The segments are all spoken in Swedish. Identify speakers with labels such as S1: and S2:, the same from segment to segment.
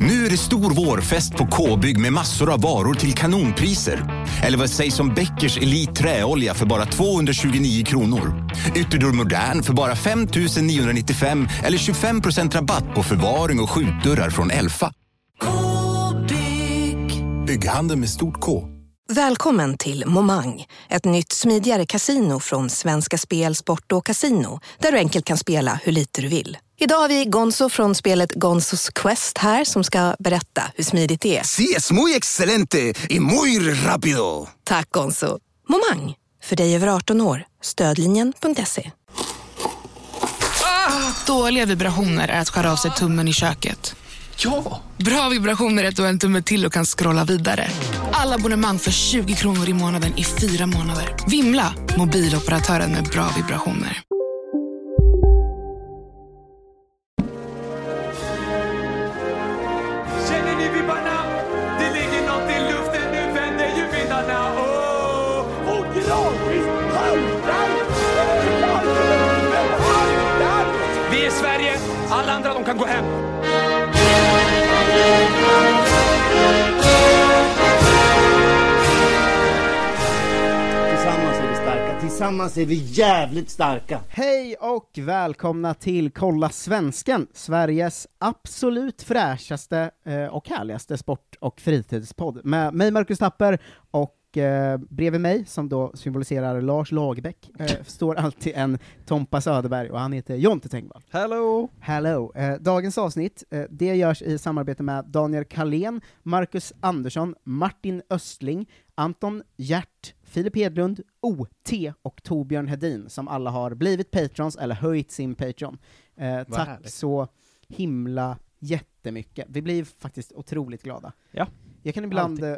S1: Nu är det stor vårfest på K-bygg med massor av varor till kanonpriser. Eller vad sägs om Bäckers Elite Träolja för bara 229 kronor? Ytterdörr Modern för bara 5 995 eller 25 rabatt på förvaring och skjutdörrar från Elfa.
S2: K-bygg.
S1: Bygghandeln med stort K.
S3: Välkommen till Momang, ett nytt smidigare casino från Svenska Spel, Sport och Casino där du enkelt kan spela hur lite du vill. Idag har vi Gonzo från spelet Gonzos Quest här som ska berätta hur smidigt det är.
S4: Sí, es muy excelente y muy rápido.
S3: Tack Gonzo! Momang, för dig över 18 år. Stödlinjen.se.
S5: Dåliga vibrationer är att skära av sig tummen i köket.
S4: Ja!
S5: Bra vibrationer är att du har en tumme till och kan scrolla vidare. Alla abonnemang för 20 kronor i månaden i fyra månader. Vimla! Mobiloperatören med bra vibrationer.
S6: Känner ni vibbarna? Det ligger något i luften, nu vänder ju vindarna. Åh, och Granqvist haltar! Klubben haltar! Vi är Sverige, alla andra de kan gå hem.
S7: Tillsammans är vi starka, tillsammans är vi jävligt starka!
S8: Hej och välkomna till Kolla Svensken, Sveriges absolut fräschaste eh, och härligaste sport och fritidspodd med mig Marcus Tapper och eh, bredvid mig, som då symboliserar Lars Lagerbäck, eh, står alltid en Tompa Söderberg och han heter Jonte Tengvall.
S9: Hello!
S8: Hello! Eh, dagens avsnitt, eh, det görs i samarbete med Daniel Kalén, Marcus Andersson, Martin Östling, Anton Hjärt, Filip Hedlund, OT och Torbjörn Hedin, som alla har blivit patrons eller höjt sin Patreon. Eh, tack
S9: härligt.
S8: så himla jättemycket. Vi blir faktiskt otroligt glada.
S9: Ja.
S8: Jag kan ibland, eh,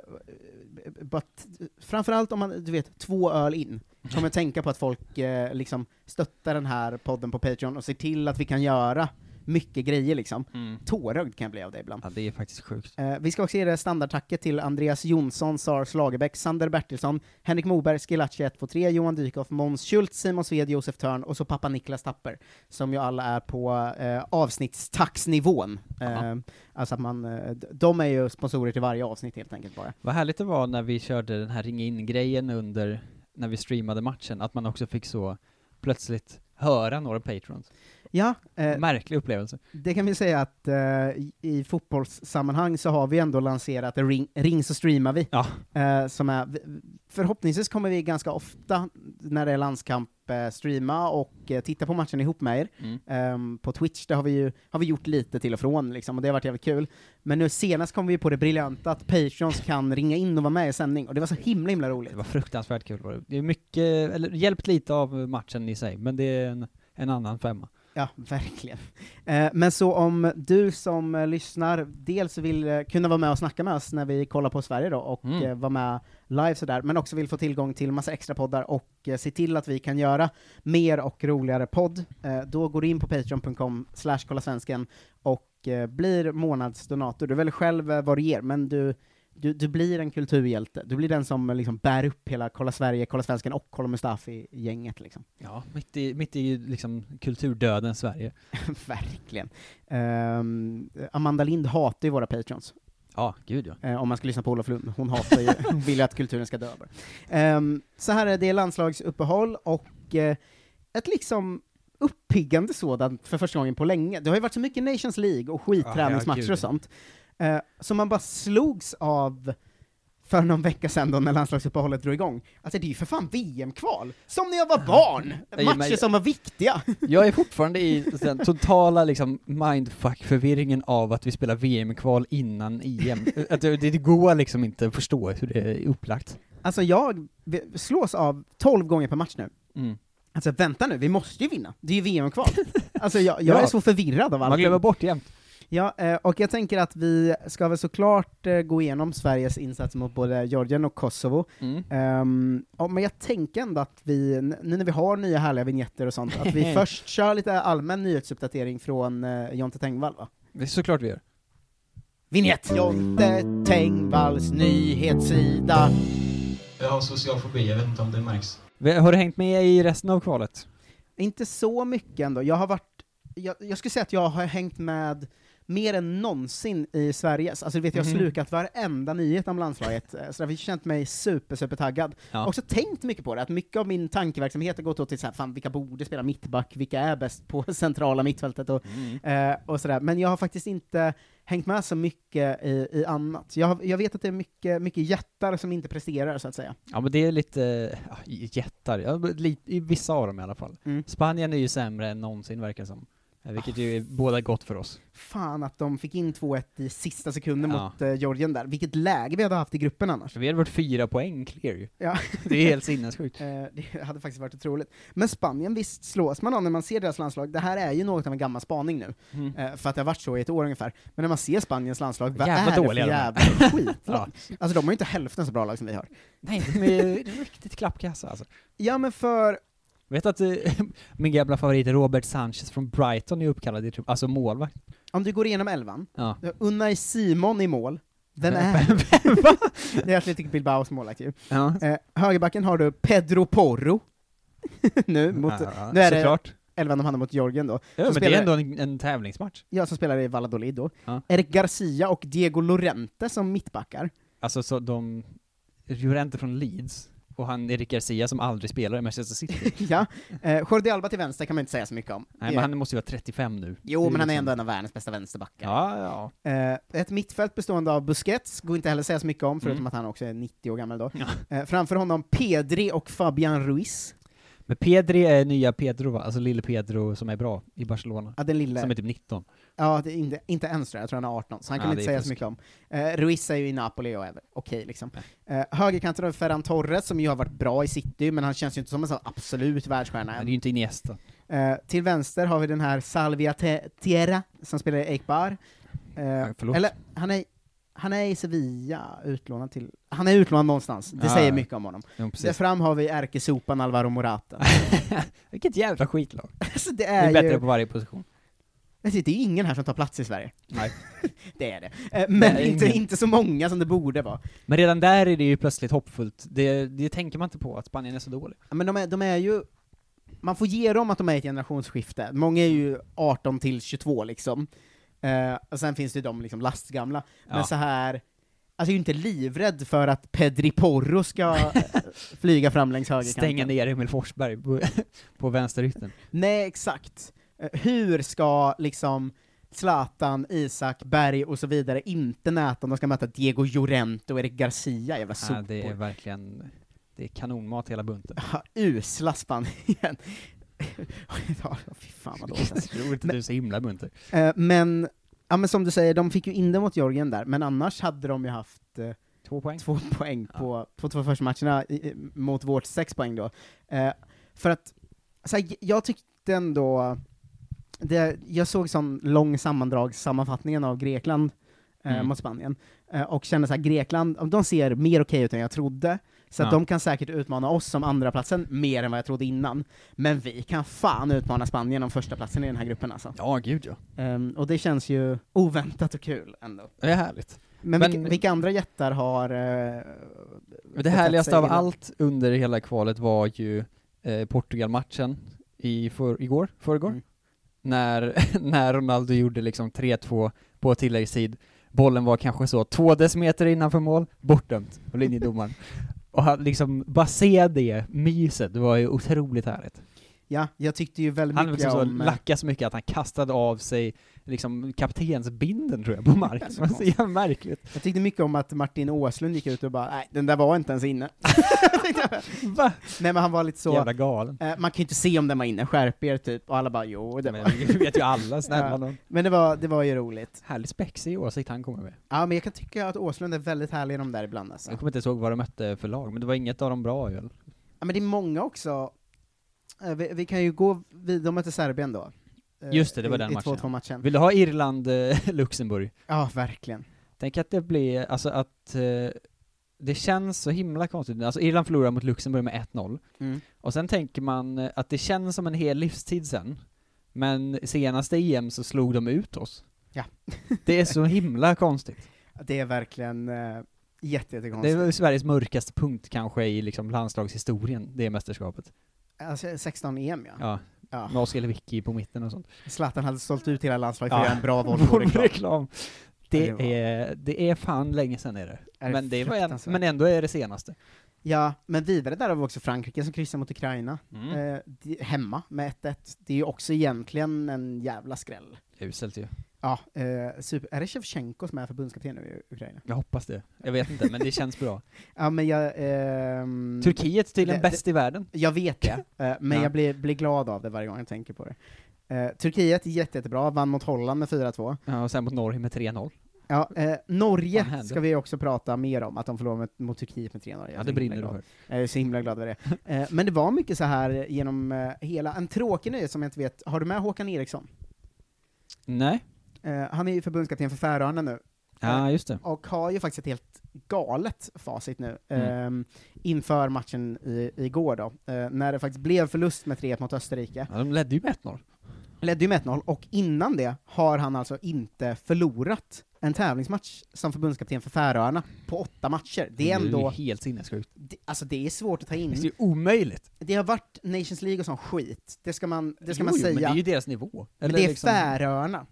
S8: b- bara t- framförallt om man, du vet, två öl in, kommer jag tänka på att folk eh, liksom stöttar den här podden på Patreon och ser till att vi kan göra mycket grejer liksom. Tårögd kan jag bli av det ibland.
S9: Mm. Ja, det är faktiskt sjukt.
S8: Eh, vi ska också ge det standardtacket till Andreas Jonsson, Sars Lagerbäck, Sander Bertilsson, Henrik Moberg, Skilacci 123, Johan Dykhoff, Måns Schultz, Simon Sved, Josef Törn och så pappa Niklas Tapper, som ju alla är på eh, avsnittstaxnivån. Eh, alltså att man, eh, d- de är ju sponsorer till varje avsnitt helt enkelt bara.
S9: Vad härligt det var när vi körde den här ringa in-grejen under, när vi streamade matchen, att man också fick så plötsligt höra några patrons.
S8: Ja, eh,
S9: Märklig upplevelse.
S8: det kan vi säga att eh, i- i fotbollssammanhang så har vi ändå lanserat ring, ring så streamar vi.
S9: Ja.
S8: Eh, som är, förhoppningsvis kommer vi ganska ofta när det är landskamp eh, streama och eh, titta på matchen ihop med er.
S9: Mm.
S8: Ehm, på Twitch, det har vi ju har vi gjort lite till och från liksom, och det har varit jävligt kul. Men nu senast kom vi på det briljanta att Patreons kan ringa in och vara med i sändning, och det var så himla himla roligt.
S9: Det var fruktansvärt kul var det. Det är mycket, eller hjälpt lite av matchen i sig, men det är en, en annan femma.
S8: Ja, verkligen. Eh, men så om du som eh, lyssnar dels vill eh, kunna vara med och snacka med oss när vi kollar på Sverige då, och
S9: Mm.
S8: eh, vara med live sådär, men också vill få tillgång till massa extra poddar och eh, se till att vi kan göra mer och roligare podd, eh, då går du in på patreon.com slash kollasvensken och eh, blir månadsdonator. Du väljer själv eh, vad du ger, men du du, du blir en kulturhjälte, du blir den som eh, liksom bär upp hela Kolla Sverige, Kolla Svensken och Kolla Mustafi-gänget liksom.
S9: Ja, mitt i, mitt i liksom kulturdöden Sverige.
S8: Verkligen. Ehm, Amanda Lind hatar ju våra patrons,
S9: Ja, gud ja.
S8: eh, om man ska lyssna på Olof Lund. Hon hatar ju, hon vill ju att kulturen ska dö bara. Ehm, så här är det landslagsuppehåll och eh, ett liksom uppiggande sådant för första gången på länge. Det har ju varit så mycket Nations League och
S9: Ja,
S8: skitträningsmatcher
S9: herregud.
S8: och sånt, eh, som man bara slogs av för någon vecka sedan då när landslagsuppehållet drog igång. Alltså det är ju för fan VM-kval! Som när jag var barn!
S9: men-
S8: Matcher som var viktiga!
S9: Jag är fortfarande i den totala liksom mindfuck-förvirringen av att vi spelar VM-kval innan EM. Att det, det går liksom inte att förstå hur det är upplagt.
S8: Alltså jag v- slås av 12 gånger per match nu.
S9: Mm.
S8: Alltså vänta nu, vi måste ju vinna. Det är ju VM-kval. Alltså jag, jag
S9: Ja.
S8: är så förvirrad av
S9: Man glömmer
S8: allt.
S9: bort jämt.
S8: Ja, eh, och jag tänker att vi ska väl såklart eh, gå igenom Sveriges insats mot både Georgien och Kosovo.
S9: Mm.
S8: Ehm, ja, men jag tänker ändå att vi, n- nu när vi har nya härliga vignetter och sånt, att vi först kör lite allmän nyhetsuppdatering från eh, Jonte Tengvall va?
S9: Det är såklart vi gör.
S8: Vignett! Jonte Tengvalls nyhetssida.
S10: Jag har social fobi, jag vet inte om det märks.
S9: Vi- Har du hängt med i resten av kvalet?
S8: Inte så mycket ändå. Jag har varit, jag, jag skulle säga att jag har hängt med mer än någonsin i Sveriges, alltså du vet jag har
S9: Mhm.
S8: slukat varenda nyhet om landslaget, eh, så därför har jag känt mig super, super taggad.
S9: Ja.
S8: Också tänkt mycket på det, att mycket av min tankeverksamhet har gått åt till så här, fan vilka borde spela mittback, vilka är bäst på centrala mittfältet och,
S9: Mm.
S8: eh, och sådär, men jag har faktiskt inte hängt med så mycket i, i annat. Jag, har- jag vet att det är mycket, mycket jättar som inte presterar, så att säga.
S9: Ja men det är lite, ja, jättar, ja, men li- i vissa av dem i alla fall.
S8: Mm.
S9: Spanien är ju sämre än någonsin verkar det som. Eh, Vilket ju är båda gott för oss.
S8: Fan att de fick in 2-1 i sista sekunden
S9: Ja.
S8: mot eh, Georgien där. Vilket läge vi hade haft i gruppen annars.
S9: Så vi hade varit fyra poäng clear ju.
S8: Ja.
S9: Det är helt sinnessjukt.
S8: Eh, det hade faktiskt varit otroligt. Men Spanien, visst slås man av när man ser deras landslag. Det här är ju något av en gammal spaning nu,
S9: Mm.
S8: eh, för att det har varit så i ett år ungefär. Men när man ser Spaniens landslag, vad
S9: Jävla
S8: är det
S9: dåliga
S8: för
S9: de är.
S8: jävla skitlag? Alltså de har ju inte hälften så bra lag som vi har.
S9: Nej, de är riktigt klappkassa alltså.
S8: Ja men för,
S9: Vet att eh, min gamla favorit Robert Sanchez från Brighton är uppkallad i trupp, alltså målvakt.
S8: om du går igenom elvan,
S9: Ja.
S8: Unai Simon i mål, vem är det?
S9: Va?
S8: Det är Athletic Bilbaos målvakt ju.
S9: Ja.
S8: Eh, högerbacken har du Pedro Porro, nu, mot,
S9: Ja,
S8: nu är det
S9: såklart.
S8: elvan de hade mot Georgien då.
S9: Ja,
S8: Så
S9: men det
S8: spelar-
S9: är ändå en, en tävlingsmatch.
S8: Ja, som spelar i Valladolid då.
S9: Ja.
S8: Eric Garcia och Diego Lorente som mittbackar.
S9: Alltså så de, Llorente från Leeds, och han Erik Garcia som aldrig spelar i Manchester City.
S8: ja. Eh, Jordi Alba till vänster kan man inte säga så mycket om.
S9: Nej
S8: Det-
S9: men han måste ju vara 35 nu.
S8: Jo, men han är
S9: liksom-
S8: ändå en av världens bästa vänsterbackar.
S9: Ja, ja.
S8: Eh, ett mittfält bestående av Busquets, går inte heller säga så mycket om, förutom
S9: Mm.
S8: att han också är 90 år gammal då.
S9: Ja.
S8: Eh, framför honom Pedri och Fabian Ruiz.
S9: Men Pedri är nya Pedro va? Alltså lille Pedro som är bra i Barcelona.
S8: Ja, den lille.
S9: Som är typ 19.
S8: Ja, det är inte, inte ens tror jag, jag tror han är 18, så han
S9: Ja,
S8: kan inte
S9: det är
S8: säga så
S9: fusk.
S8: mycket om. Eh, Ruiz är ju i Napoli och är väl okej liksom. Eh, högerkanten har vi Ferran Torres, som ju har varit bra i city, men han känns ju inte som en sån absolut världsstjärna
S9: Han
S8: än.
S9: är ju inte Iniesta.
S8: Eh, till vänster har vi den här Salvia Te- Tierra, som spelar i Ekbar. Eh,
S9: förlåt.
S8: eller, han är, han är i Sevilla, utlånad till... Han är utlånad någonstans, det
S9: Ah,
S8: säger
S9: ja.
S8: mycket om honom.
S9: Ja,
S8: Där
S9: precis.
S8: fram har vi ärkesopan Alvaro Morata.
S9: Vilket jävla skitlag.
S8: alltså det
S9: Vi är
S8: är,
S9: bättre
S8: ju...
S9: på varje position.
S8: Alltså, det är ju ingen här som tar plats i Sverige.
S9: Nej.
S8: Det är det. Eh, men
S9: Nej,
S8: inte,
S9: ingen.
S8: inte så många som det borde vara.
S9: Men redan där är det ju plötsligt hoppfullt. Det, det tänker man inte på, att Spanien är så dålig.
S8: Ja, Men de är, de är ju... Man får ge dem att de är i ett generationsskifte. Många är ju 18 till 22 liksom. Eh, och sen finns det ju de liksom lastgamla. Men
S9: Ja.
S8: så här... Alltså jag är ju inte livrädd för att Pedri Porro ska eh, flyga fram längs högerkanten.
S9: Stänga ner Emil Forsberg på, på vänsterytten.
S8: Nej, exakt. Eh, Hur ska liksom Zlatan, Isak, Berg och så vidare inte näta om de ska möta Diego Llorente och Eric Garcia, jävla sopor.
S9: Ja, det är verkligen, det är kanonmat hela bunten.
S8: Ja, usla Spanien. ja, fy fan vad dåligt.
S9: Jag tror inte
S8: Men-
S9: du är så himla munter.
S8: Eh, men, ja, men som du säger, de fick ju in det mot Georgien där, men annars hade de ju haft eh,
S9: Två poäng.
S8: två poäng på, på två första matcherna i, i, mot vårt sex poäng då. Eh, för att, så här, j- jag tyckte ändå, det, jag såg sån lång sammandrag, sammanfattningen av Grekland eh,
S9: Mm.
S8: mot Spanien, eh, och kände så här, Grekland, de ser mer okej ut än jag trodde, så att
S9: Ja.
S8: de kan säkert utmana oss som andra platsen mer än vad jag trodde innan. Men vi kan fan utmana Spanien om första platsen i den här gruppen alltså.
S9: Ja, gud ja.
S8: Ehm, och det känns ju oväntat och kul ändå.
S9: Det är härligt.
S8: Men,
S9: Men-
S8: vilka, vilka andra jättar har... eh,
S9: Men det
S8: betett
S9: härligaste
S8: sig
S9: av
S8: illa?
S9: allt under hela kvalet var ju eh, Portugal-matchen i för, igår, förrgår.
S8: Mm.
S9: När, när Ronaldo gjorde liksom 3-2 på tilläggstid. Bollen var kanske så två decimeter innanför mål, bortdömt av linjedomaren. Och han liksom, bara se det myset, det var ju otroligt härligt.
S8: Ja, jag tyckte ju väldigt
S9: Han
S8: mycket
S9: liksom så
S8: om... eh,
S9: lackade så mycket att han kastade av sig liksom kaptensbinden tror jag, på marken. Det var så jävla märkligt.
S8: Jag tyckte mycket om att Martin Åslund gick ut och bara nej, den där var inte ens inne.
S9: Va?
S8: nej men han var lite så,
S9: Jävla galen.
S8: eh, man kan ju inte se om den var inne, skärp er typ, och alla bara jo, det
S9: Men
S8: var.
S9: det vet ju alla,
S8: Ja.
S9: snälla nån.
S8: Men det var, det var ju roligt.
S9: Härligt spexig åsikt han kommer med.
S8: Ja men jag kan tycka att Åslund är väldigt härlig i de där ibland alltså.
S9: Jag kommer inte ens ihåg vad de mötte för lag, men det var inget av dem bra ju. eller?
S8: Ja men det är många också, eh, vi, vi kan ju gå vid, de mötte Serbien då. Eh,
S9: Just det, det var den
S8: i,
S9: matchen,
S8: I 2-2 matchen.
S9: Vill du ha Irland, eh, Luxemburg?
S8: Ja, verkligen.
S9: Tänk att det blir, alltså att eh, det känns så himla konstigt. Alltså Irland förlorar mot Luxemburg med 1-0,
S8: Mm.
S9: och sen tänker man eh, att det känns som en hel livstid sen, men senaste EM så slog de ut oss.
S8: Ja.
S9: Det är så himla konstigt.
S8: Det är verkligen eh, jätte,
S9: Det
S8: jättekonstigt.
S9: är Sveriges mörkaste punkt kanske i liksom landslagshistorien, det mästerskapet.
S8: Alltså 16 EM ja.
S9: Ja,
S8: Ja.
S9: med Oskar Lewicki på mitten och sånt.
S8: Zlatan hade sålt ut hela landslaget för att
S9: Ja.
S8: göra en bra Volvo-reklam.
S9: reklam.
S8: Ja,
S9: Det
S8: det var-
S9: är, det är fan länge sedan är det.
S8: Är det
S9: men, det var en,
S8: fruktansvärt.
S9: men ändå är det senaste.
S8: Ja, men vidare där har vi också Frankrike som kryssar mot Ukraina.
S9: Mm.
S8: Eh, de, hemma med 1-1. Det är ju också egentligen en jävla skräll.
S9: Uselt ju.
S8: Ja, eh, super. Är det Shevchenko som är förbundskapten nu i Ukraina?
S9: Jag hoppas det. Jag vet inte, men det känns bra.
S8: Ja, men jag... ehm,
S9: Turkiet tydligen
S8: Det- det-
S9: bäst i världen.
S8: Jag vet det, eh, men
S9: Ja.
S8: jag blir, blir glad av det varje gång jag tänker på det. Eh, Turkiet, jätte, jättebra, vann mot Holland med 4-2.
S9: Ja, och sen mot Norge med 3-0.
S8: Ja, eh,
S9: Vad
S8: Norge
S9: hände?
S8: ska vi också prata mer om, att de förlorade mot, mot Turkiet med 3-0. Jag är så
S9: Ja, det
S8: himla
S9: brinner du
S8: glad.
S9: för.
S8: Jag är så himla glad över det. Eh, Men det var mycket så här genom eh, hela, en tråkig nyhet som jag inte vet, har du med Håkan Eriksson?
S9: Nej.
S8: Eh, Han är ju förbundskapten för Färöarna nu,
S9: Ja, just det.
S8: och har ju faktiskt ett helt galet facit nu,
S9: Mm.
S8: ehm, inför matchen i, igår då, eh, när det faktiskt blev förlust med 3-1 mot Österrike.
S9: Ja, de ledde ju med 1-0.
S8: Ledde ju med 1-0, och innan det har han alltså inte förlorat en tävlingsmatch som förbundskapten för Färöarna på åtta matcher. Det är
S9: Det är
S8: ändå,
S9: ju helt sinnessjukt.
S8: det, alltså det är svårt att ta
S9: Det är
S8: in.
S9: ju omöjligt.
S8: Det har varit Nations League och sån skit, det ska man, det ska
S9: Jo,
S8: man
S9: jo,
S8: säga.
S9: Men det är ju liksom- deras nivå.
S8: Men det är Färöarna.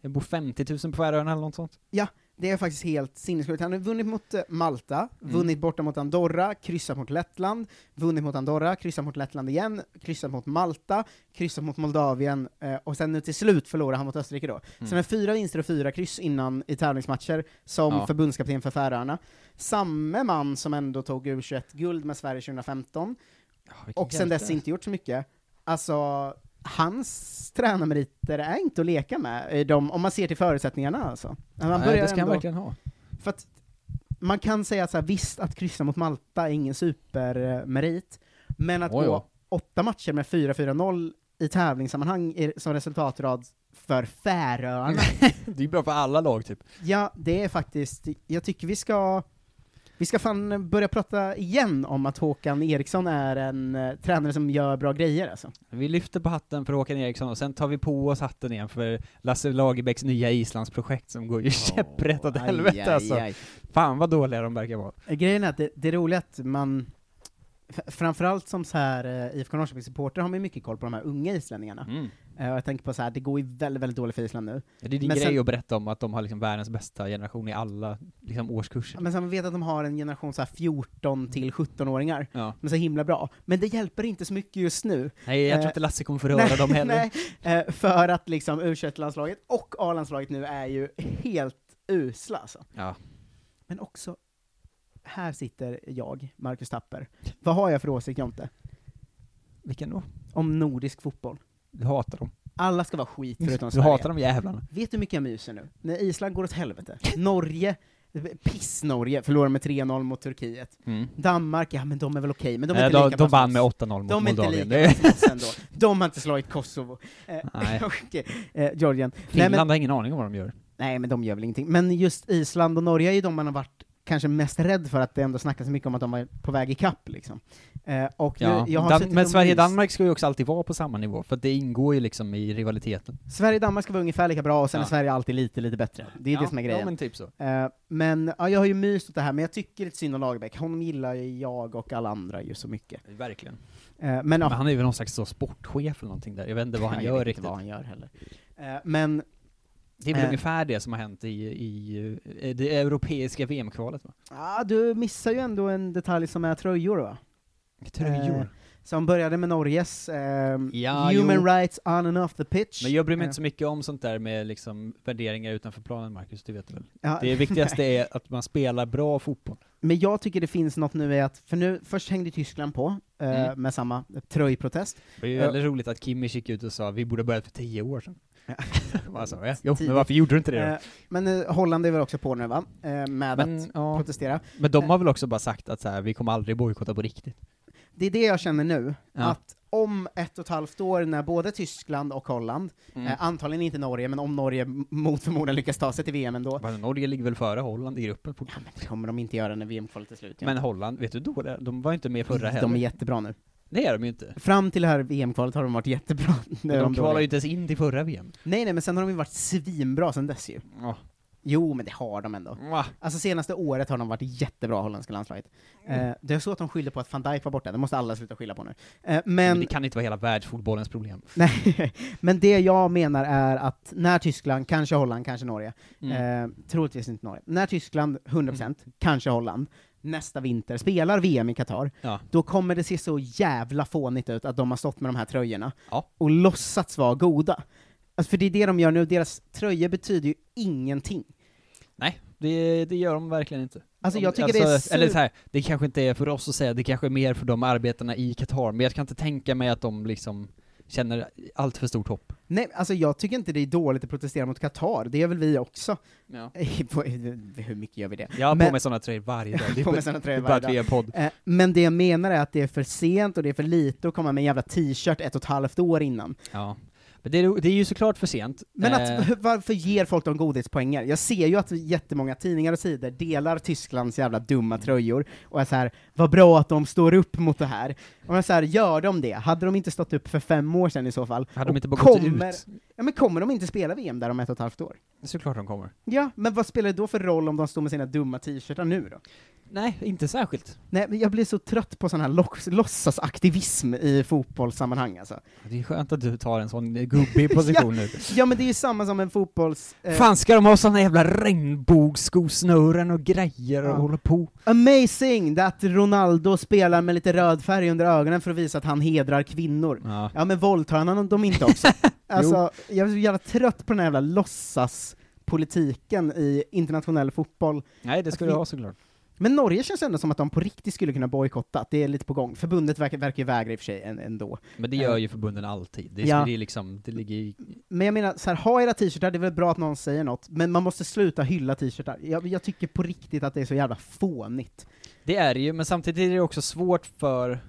S9: Det bor 50 000 på Färöarna eller något sånt.
S8: Ja, det är faktiskt helt sinnessjukt. Han har vunnit mot eh, Malta,
S9: Mm.
S8: vunnit borta mot Andorra, kryssat mot Lettland, vunnit mot Andorra, kryssat mot Lettland igen, kryssat mot Malta, kryssat mot Moldavien, eh, och sen nu till slut förlorar han mot Österrike då.
S9: Mm.
S8: Så han har fyra vinster och fyra kryss innan i tävlingsmatcher, som
S9: Ja.
S8: förbundskapten för Färöarna. Samme man som ändå tog U21-guld med Sverige 2015, och sen dess inte gjort så mycket. Alltså, hans tränarmeriter är inte att leka med, i de, om man ser till förutsättningarna alltså. Men Man
S9: Nej,
S8: börjar
S9: det ska han
S8: ändå,
S9: verkligen ha.
S8: för att man kan säga så här, visst att kryssa mot Malta är ingen supermerit, men att
S9: Oj,
S8: gå
S9: oj.
S8: åtta matcher med 4-4-0 i tävlingssammanhang är- som resultatrad för Färöarna,
S9: Det är ju bra för alla lag typ.
S8: ja det är faktiskt, jag tycker vi ska vi ska fan börja prata igen om att Håkan Eriksson är en eh, tränare som gör bra grejer alltså.
S9: Vi lyfter på hatten för Håkan Eriksson och sen tar vi på oss hatten igen för Lasse Lagerbäcks nya Islandsprojekt som går ju käpprätt åt helvete alltså. Fan vad dåliga de verkar vara.
S8: Eh, Grejen är att det, det är roligt att man, f- framförallt som så här eh, IFK Norrköping-supporter har man ju mycket koll på de här unga islänningarna.
S9: Mm.
S8: Eh, och jag tänker på så här, det går ju väldigt, väldigt dåligt för Island nu.
S9: Ja, Det är din
S8: Men
S9: grej
S8: sen-
S9: att berätta om att de har liksom världens bästa generation i alla liksom, årskurser.
S8: Men sen man vet att de har en generation så här 14 till 17-åringar.
S9: Ja.
S8: De är så himla bra. Men det hjälper inte så mycket just nu.
S9: Nej, jag tror
S8: Eh,
S9: inte Lasse kommer få röra dem heller.
S8: Nej, eh, för att liksom U21-landslaget och A-landslaget nu är ju helt usla alltså.
S9: Ja.
S8: Men också, här sitter jag, Marcus Tapper. Vad har jag för åsikt, Jonte?
S9: Vilken då?
S8: Om nordisk fotboll?
S9: Du hatar dem.
S8: Alla ska vara skit förutom
S9: Du
S8: Sverige.
S9: hatar de jävlarna.
S8: Vet du hur mycket jag myser nu? När Island går åt helvete. Norge, piss-Norge, förlorar med 3-0 mot Turkiet. Danmark, ja men de är väl okej, men Mm. de är
S9: Nej,
S8: inte
S9: de,
S8: lika
S9: de
S8: bra som
S9: vann
S8: oss.
S9: med 8-0 mot
S8: De är inte
S9: Moldavien.
S8: lika
S9: Det är-
S8: bra som oss ändå. De har inte slagit Kosovo. Eh,
S9: Nej.
S8: okej, eh, Georgien. Nej
S9: Finland
S8: men,
S9: har ingen aning om vad de gör.
S8: nej men de gör väl ingenting. Men just Island och Norge är ju de man har varit kanske mest rädd för att det ändå snackas så mycket om att de var på väg ikapp liksom. Eh, och nu,
S9: Ja.
S8: jag har
S9: Dan-
S8: suttit
S9: men
S8: och
S9: Sverige och
S8: myst.
S9: Danmark ska ju också alltid vara på samma nivå, för att det ingår ju liksom i rivaliteten.
S8: Sverige och Danmark ska vara ungefär lika bra och sen
S9: Ja.
S8: är Sverige alltid lite, lite bättre. Det är
S9: ja,
S8: det som är grejen.
S9: Ja, men typ så.
S8: Eh, men ja, jag har ju myst åt det här, men jag tycker lite synd om Lagerbäck. Honom gillar ju jag och alla andra ju så mycket.
S9: Verkligen.
S8: Eh, men ja,
S9: Men han är ju någon slags så sportchef eller någonting där, jag vet inte vad han
S8: jag
S9: gör
S8: vet
S9: riktigt.
S8: inte vad han gör heller. Eh, men
S9: Det är väl
S8: Eh.
S9: ungefär det som har hänt i, i eh, det europeiska VM-kvalet va?
S8: ah, du missar ju ändå en detalj som är tröjor va?
S9: Tröjor.
S8: Eh, Som började med Norges ehm,
S9: Ja,
S8: Human
S9: jo.
S8: Rights on and off the pitch.
S9: Men jag bryr mig
S8: Eh,
S9: inte så mycket om sånt där med liksom värderingar utanför planen Marcus, det vet du väl?
S8: ja,
S9: Det viktigaste är att man spelar bra fotboll.
S8: Men jag tycker det finns något nu i att, för nu, först hängde Tyskland på eh,
S9: Mm.
S8: med samma tröjprotest.
S9: Det var ju
S8: Ja.
S9: väldigt roligt att Kimmich gick ut och sa vi borde ha börjat för tio år sedan.
S8: Ja.
S9: Man sa, ja, jo,
S8: Tidigt.
S9: men varför gjorde du inte det då?
S8: Eh, men eh, Holland är väl också på nu va? Eh, med att
S9: Men, ja,
S8: protestera.
S9: men de har väl också bara sagt att så här, vi kommer aldrig bojkotta på riktigt.
S8: Det är det jag känner nu,
S9: Ja.
S8: att om ett och ett halvt år när både Tyskland och Holland,
S9: Mm.
S8: eh, antagligen inte Norge, men om Norge m- mot förmodan lyckas ta sig till VM ändå,
S9: Bara Norge ligger väl före Holland i gruppen fortfarande.
S8: det kommer de inte göra när VM-kvalet är slut. ja.
S9: Men Holland, vet du då? De var inte med förra
S8: de är
S9: heller.
S8: jättebra nu.
S9: Det är de ju inte.
S8: Fram till det här VM-kvalet har de varit jättebra. Nu är
S9: De
S8: dåliga.
S9: kvalade ju inte ens in till förra VM.
S8: Nej, nej, men sen har de ju varit svinbra sen dess ju.
S9: Ja.
S8: Jo, men det har de ändå.
S9: Va?
S8: Alltså senaste året har de varit jättebra, holländska landslaget.
S9: Mm.
S8: Eh, det är så att de skyllde på att van Dijk var borta, det måste alla sluta skylla på nu. Eh,
S9: Men
S8: men,
S9: det kan inte vara hela världsfotbollens problem.
S8: nej, men det jag menar är att när Tyskland, kanske Holland, kanske Norge,
S9: Mm.
S8: eh, troligtvis inte Norge, när Tyskland, 100%, kanske Holland, nästa vinter spelar VM i Qatar,
S9: Ja.
S8: då kommer det se så jävla fånigt ut att de har stått med de här tröjorna
S9: Ja.
S8: och låtsats vara goda. Alltså för det är det de gör nu, deras tröjor betyder ju ingenting.
S9: Nej, det, det gör de verkligen inte.
S8: Alltså
S9: Om-
S8: jag tycker det är
S9: alltså,
S8: super-
S9: Eller så här, det kanske inte är för oss att säga, det kanske är mer för de arbetarna i Qatar, men jag kan inte tänka mig att de liksom känner allt för stort hopp.
S8: Nej, alltså jag tycker inte det är dåligt att protestera mot Qatar, det gör väl vi också.
S9: Ja.
S8: Hur mycket gör vi det?
S9: Jag har
S8: Men-
S9: på mig sådana tröjor varje dag, det är
S8: På
S9: bara-
S8: med såna tröjor
S9: det är
S8: varje
S9: bara att
S8: dag.
S9: vi är en podd.
S8: Eh, Men det jag menar är att det är för sent och det är för lite att komma med en jävla t-shirt ett och ett halvt år innan.
S9: Ja. Men det är, det är ju såklart för sent.
S8: Men
S9: Eh,
S8: att, varför ger folk dem godispoänger? Jag ser ju att jättemånga tidningar och sidor delar Tysklands jävla dumma
S9: Mm.
S8: tröjor, och är så här, vad bra att de står upp mot det här. Och jag är så här, gör de det? Hade de inte stått upp för fem år sedan i så fall?
S9: Hade de
S8: Och
S9: inte bara gått
S8: kommer,
S9: ut?
S8: Ja men kommer de inte spela VM där om ett och ett halvt år?
S9: såklart de kommer.
S8: Ja, men vad spelar det då för roll om de står med sina dumma t-shirtar nu då?
S9: Nej, inte särskilt.
S8: Nej, men jag blir så trött på sån här lox- låtsasaktivism i fotbollssammanhang alltså.
S9: Det är skönt att du tar en sån gubbig position nu.
S8: Ja men det är ju samma som en fotbolls... eh,
S9: Fan ska de ha såna jävla regnbågsskosnören och grejer och
S8: Ja.
S9: hålla på?
S8: Amazing that Ronaldo spelar med lite röd färg under ögonen för att visa att han hedrar kvinnor.
S9: Ja.
S8: Ja men våldtar han dem inte också? alltså, jag är så jävla trött på den här jävla låtsaspolitiken i internationell fotboll.
S9: Nej, det ska
S8: Att
S9: du
S8: vi-
S9: ha såklart.
S8: Men Norge känns ändå som att de på riktigt skulle kunna bojkotta, att det är lite på gång. Förbundet verkar, verkar ju vägra i och för sig än- ändå.
S9: Men det gör ju förbunden alltid. Det,
S8: Ja.
S9: det är liksom, det ligger i...
S8: Men jag menar, så här, ha era t-shirtar, det är väl bra att någon säger något, men man måste sluta hylla t-shirtar. Jag, jag tycker på riktigt att det är så jävla fånigt.
S9: Det är det ju, men samtidigt är det också svårt för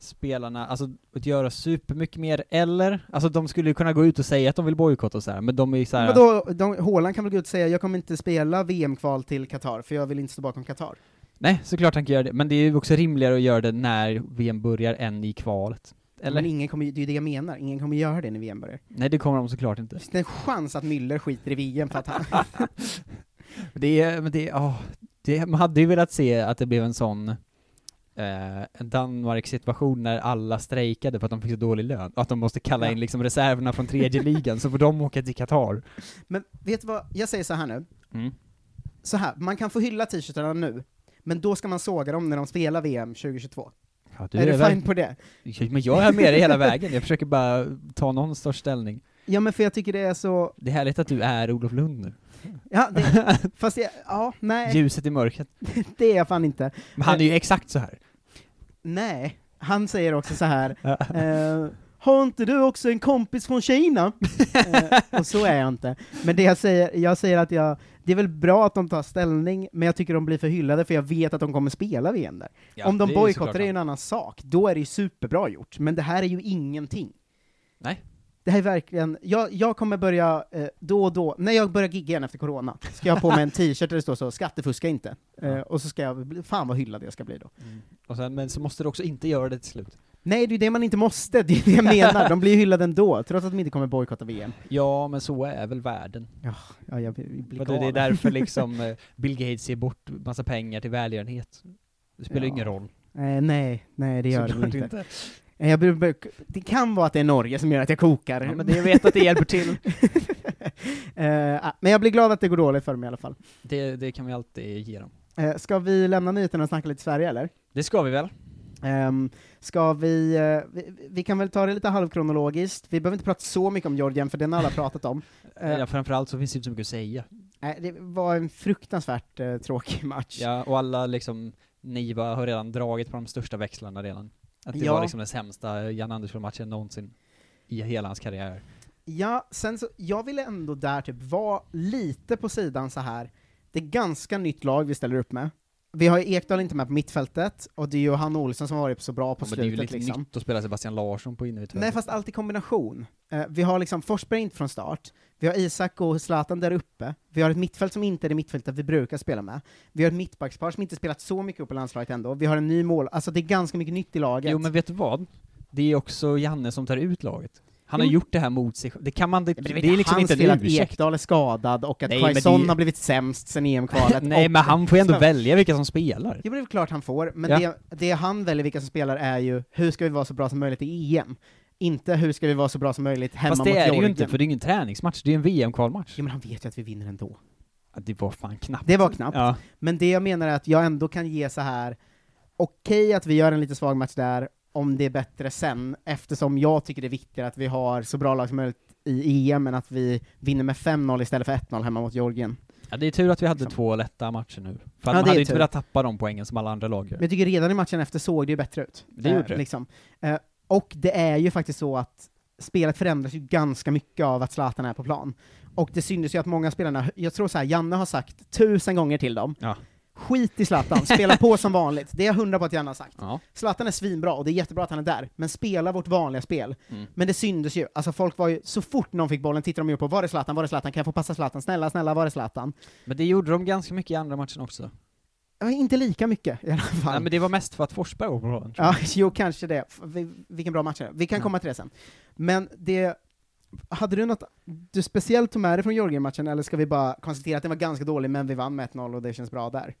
S9: spelarna, alltså att göra supermycket mer, eller, alltså de skulle ju kunna gå ut och säga att de vill bojkotta och så här, men de är ju så här,
S8: Vadå, de, Haaland kan väl gå ut och säga jag kommer inte spela VM-kval till Qatar, för jag vill inte stå bakom Qatar.
S9: nej såklart han kan göra det, men det är ju också rimligare att göra det när VM börjar än i kvalet. Eller?
S8: Men ingen kommer, ju- det är ju det jag menar, ingen kommer göra det när VM börjar.
S9: Nej det kommer de såklart inte.
S8: Finns det en chans att Müller skiter i VM för att han...
S9: Det är, men det, ja, det, man hade ju velat se att det blev en sån eh, en Danmark-situation när alla strejkade för att de fick så dålig lön, att de måste kalla
S8: Ja.
S9: in liksom reserverna från tredje ligan, så får de åka till Qatar.
S8: Men vet du vad, jag säger så här nu.
S9: Mm.
S8: Så här, man kan få hylla t-shirtarna nu, men då ska man såga dem när de spelar VM 2022.
S9: Ja, du
S8: är
S9: är
S8: du
S9: väl-
S8: fine på det?
S9: Ja, Men jag är med dig hela vägen, jag försöker bara ta någon sorts ställning.
S8: Ja men för jag tycker det är så...
S9: Det är härligt att du är Olof Lund nu.
S8: Ja, det, fast jag, ja, nej,
S9: Ljuset i mörkret.
S8: det är jag fan inte.
S9: Men han är ju exakt så här.
S8: Nej, han säger också så här. eh, har inte du också en kompis från Kina? eh, och så är jag inte. Men det jag säger, jag säger att jag, det är väl bra att de tar ställning, men jag tycker de blir för hyllade för jag vet att de kommer spela VM där.
S9: Ja,
S8: Om de
S9: det är ju
S8: bojkottar
S9: såklart
S8: är ju
S9: han.
S8: en annan sak, då är det ju superbra gjort, men det här är ju ingenting.
S9: Nej.
S8: Det här är verkligen, jag, jag kommer börja eh, då och då, när jag börjar gigga igen efter corona, ska jag ha på mig en t-shirt där det står så 'skattefuska inte' eh, och så ska jag, bli- fan vad hyllad jag ska bli då.
S9: Och sen, men så måste du också inte göra det till slut.
S8: Nej, det är ju det man inte måste, det är det jag menar. De blir ju hyllade ändå, trots att de inte kommer bojkotta VM.
S9: Ja, men så är väl världen.
S8: Ja, jag blir blir
S9: Vadå, det är
S8: galen.
S9: därför liksom eh, Bill Gates ger bort massa pengar till välgörenhet. Det spelar ju
S8: Ja,
S9: ingen roll.
S8: Eh, nej, nej det gör det väl
S9: Såklart
S8: inte. Eh, Jag blir, bör- det kan vara att det är Norge som gör att jag kokar.
S9: Ja, men det, jag vet att det hjälper till.
S8: Eh, ah, men jag blir glad att det går dåligt för mig i alla fall.
S9: Det, det kan vi alltid ge dem.
S8: Eh, ska vi lämna nyheterna och snacka lite Sverige eller?
S9: Det ska vi väl?
S8: Um, ska vi, eh, vi, vi kan väl ta det lite halvkronologiskt, vi behöver inte prata så mycket om Georgien för den har alla pratat om. Eh,
S9: Ja, framförallt så finns det inte så mycket att säga.
S8: nej, det var en fruktansvärt eh, tråkig match.
S9: Ja, och alla liksom, Niva har redan dragit på de största växlarna redan. Att det
S8: Ja.
S9: var liksom den sämsta Jan Andersson-matchen någonsin i hela hans karriär.
S8: Ja, sen så, jag ville ändå där typ vara lite på sidan så här. det är ganska nytt lag vi ställer upp med. Vi har ju Ekdal inte med på mittfältet, och det är Johanna Olsson som har varit så bra på
S9: Ja, men det är ju
S8: slutet
S9: lite
S8: liksom.
S9: nytt typ. att spela Sebastian Larsson på innermittfältet.
S8: Nej, fast allt i kombination. Eh, vi har liksom Forsberg inte från start, vi har Isak och Zlatan där uppe, vi har ett mittfält som inte är det mittfältet vi brukar spela med, vi har ett mittbackspar som inte spelat så mycket upp i landslaget ändå, vi har en ny mål, alltså det är ganska mycket nytt i laget.
S9: Jo men vet du vad? Det är också Janne som tar ut laget. Han har gjort det här mot sig själv. Det kan man, det,
S8: Men
S9: det, är liksom
S8: hans
S9: inte
S8: fel
S9: en
S8: att
S9: ursäkt.
S8: Ekdal är skadad och att
S9: Nej, men
S8: Quaison
S9: det-
S8: har blivit sämst sen EM-kvalet.
S9: Nej
S8: och-
S9: men han får ju ändå
S8: Snälla.
S9: välja vilka som spelar.
S8: Jo, men det är väl klart han får, men
S9: Ja.
S8: det, det han väljer vilka som spelar är ju hur ska vi vara så bra som möjligt i EM? Inte hur ska vi vara så bra som möjligt hemma
S9: Fast det
S8: mot
S9: är det
S8: Georgien.
S9: ju inte, för det är ju ingen träningsmatch, det är en VM-kvalmatch.
S8: Jo, men han vet ju att vi vinner ändå.
S9: Ja, Det var fan knappt.
S8: Det var knappt.
S9: Ja.
S8: Men det jag menar är att jag ändå kan ge så här okej att vi gör en lite svag match där, om det är bättre sen, eftersom jag tycker det är viktigare att vi har så bra lag som möjligt i EM än att vi vinner med 5-0 istället för 1-0 hemma mot Georgien.
S9: ja, det är tur att vi hade
S8: Liksom.
S9: två lätta matcher nu. För
S8: Ja,
S9: att man
S8: det är
S9: hade ju inte
S8: tur.
S9: velat tappa de poängen som alla andra lag gör.
S8: Men jag tycker redan i matchen efter såg det ju bättre ut.
S9: Det gjorde det.
S8: Liksom. Eh, och det är ju faktiskt så att spelet förändras ju ganska mycket av att Zlatan är på plan. Och det syntes ju att många spelarna, jag tror så här, Janne har sagt tusen gånger till dem,
S9: Ja.
S8: skit i Zlatan, spela på som vanligt. Det är jag hundra på att Janne har sagt.
S9: Ja.
S8: Zlatan är svinbra och det är jättebra att han är där, men spela vårt vanliga spel.
S9: Mm.
S8: Men det syndes ju, alltså folk var ju, så fort någon fick bollen tittade de ju på, var är Zlatan, var är Zlatan, kan jag få passa Zlatan, snälla, snälla, var är Zlatan?
S9: Men det gjorde de ganska mycket i andra matchen också.
S8: Ja, inte lika mycket i alla fall.
S9: Nej, men det var mest för att Forsberg var på planen. tror jag.
S8: Ja, jo, kanske det. F- vi- Vilken bra match det är. Vi kan
S9: Ja.
S8: komma till det sen. Men det... Hade du något du speciellt tog med dig från Georgien-matchen, eller ska vi bara konstatera att den var ganska dålig, men vi vann med 1-0 och det känns bra där?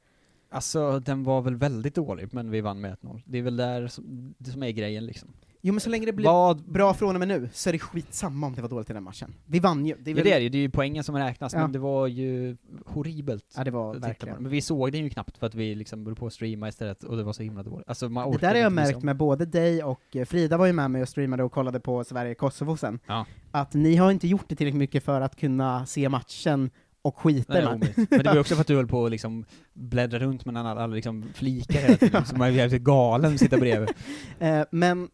S9: Alltså, den var väl väldigt dålig, men vi vann med 1-0. Det är väl där som, det som är grejen liksom.
S8: Jo, men så länge det blir
S9: Vad
S8: bra från och med nu, så är det skitsamma om det var dåligt i den matchen. Vi vann ju. Det är
S9: Ja,
S8: väl...
S9: det är det ju, det är ju poängen som räknas,
S8: Ja.
S9: men det var ju horribelt
S8: Ja, det var
S9: att titta på
S8: verkligen.
S9: den. Men vi såg den ju knappt för att vi liksom höll på att streama istället, och det var så himla dåligt. Alltså man
S8: Det
S9: orkade
S8: där har jag
S9: inte bry sig
S8: märkt
S9: om
S8: med både dig och eh, Frida var ju med mig och streamade och kollade på Sverige-Kosovo sen,
S9: Ja.
S8: att ni har inte gjort det tillräckligt mycket för att kunna se matchen och skita
S9: Nej,
S8: i
S9: det är
S8: matchen.
S9: omöjligt. Men det var ju också för att du höll på att liksom bläddra runt mellan alla, alla liksom flikar hela tiden, så man är jävligt galen att sitta bredvid.
S8: Eh, men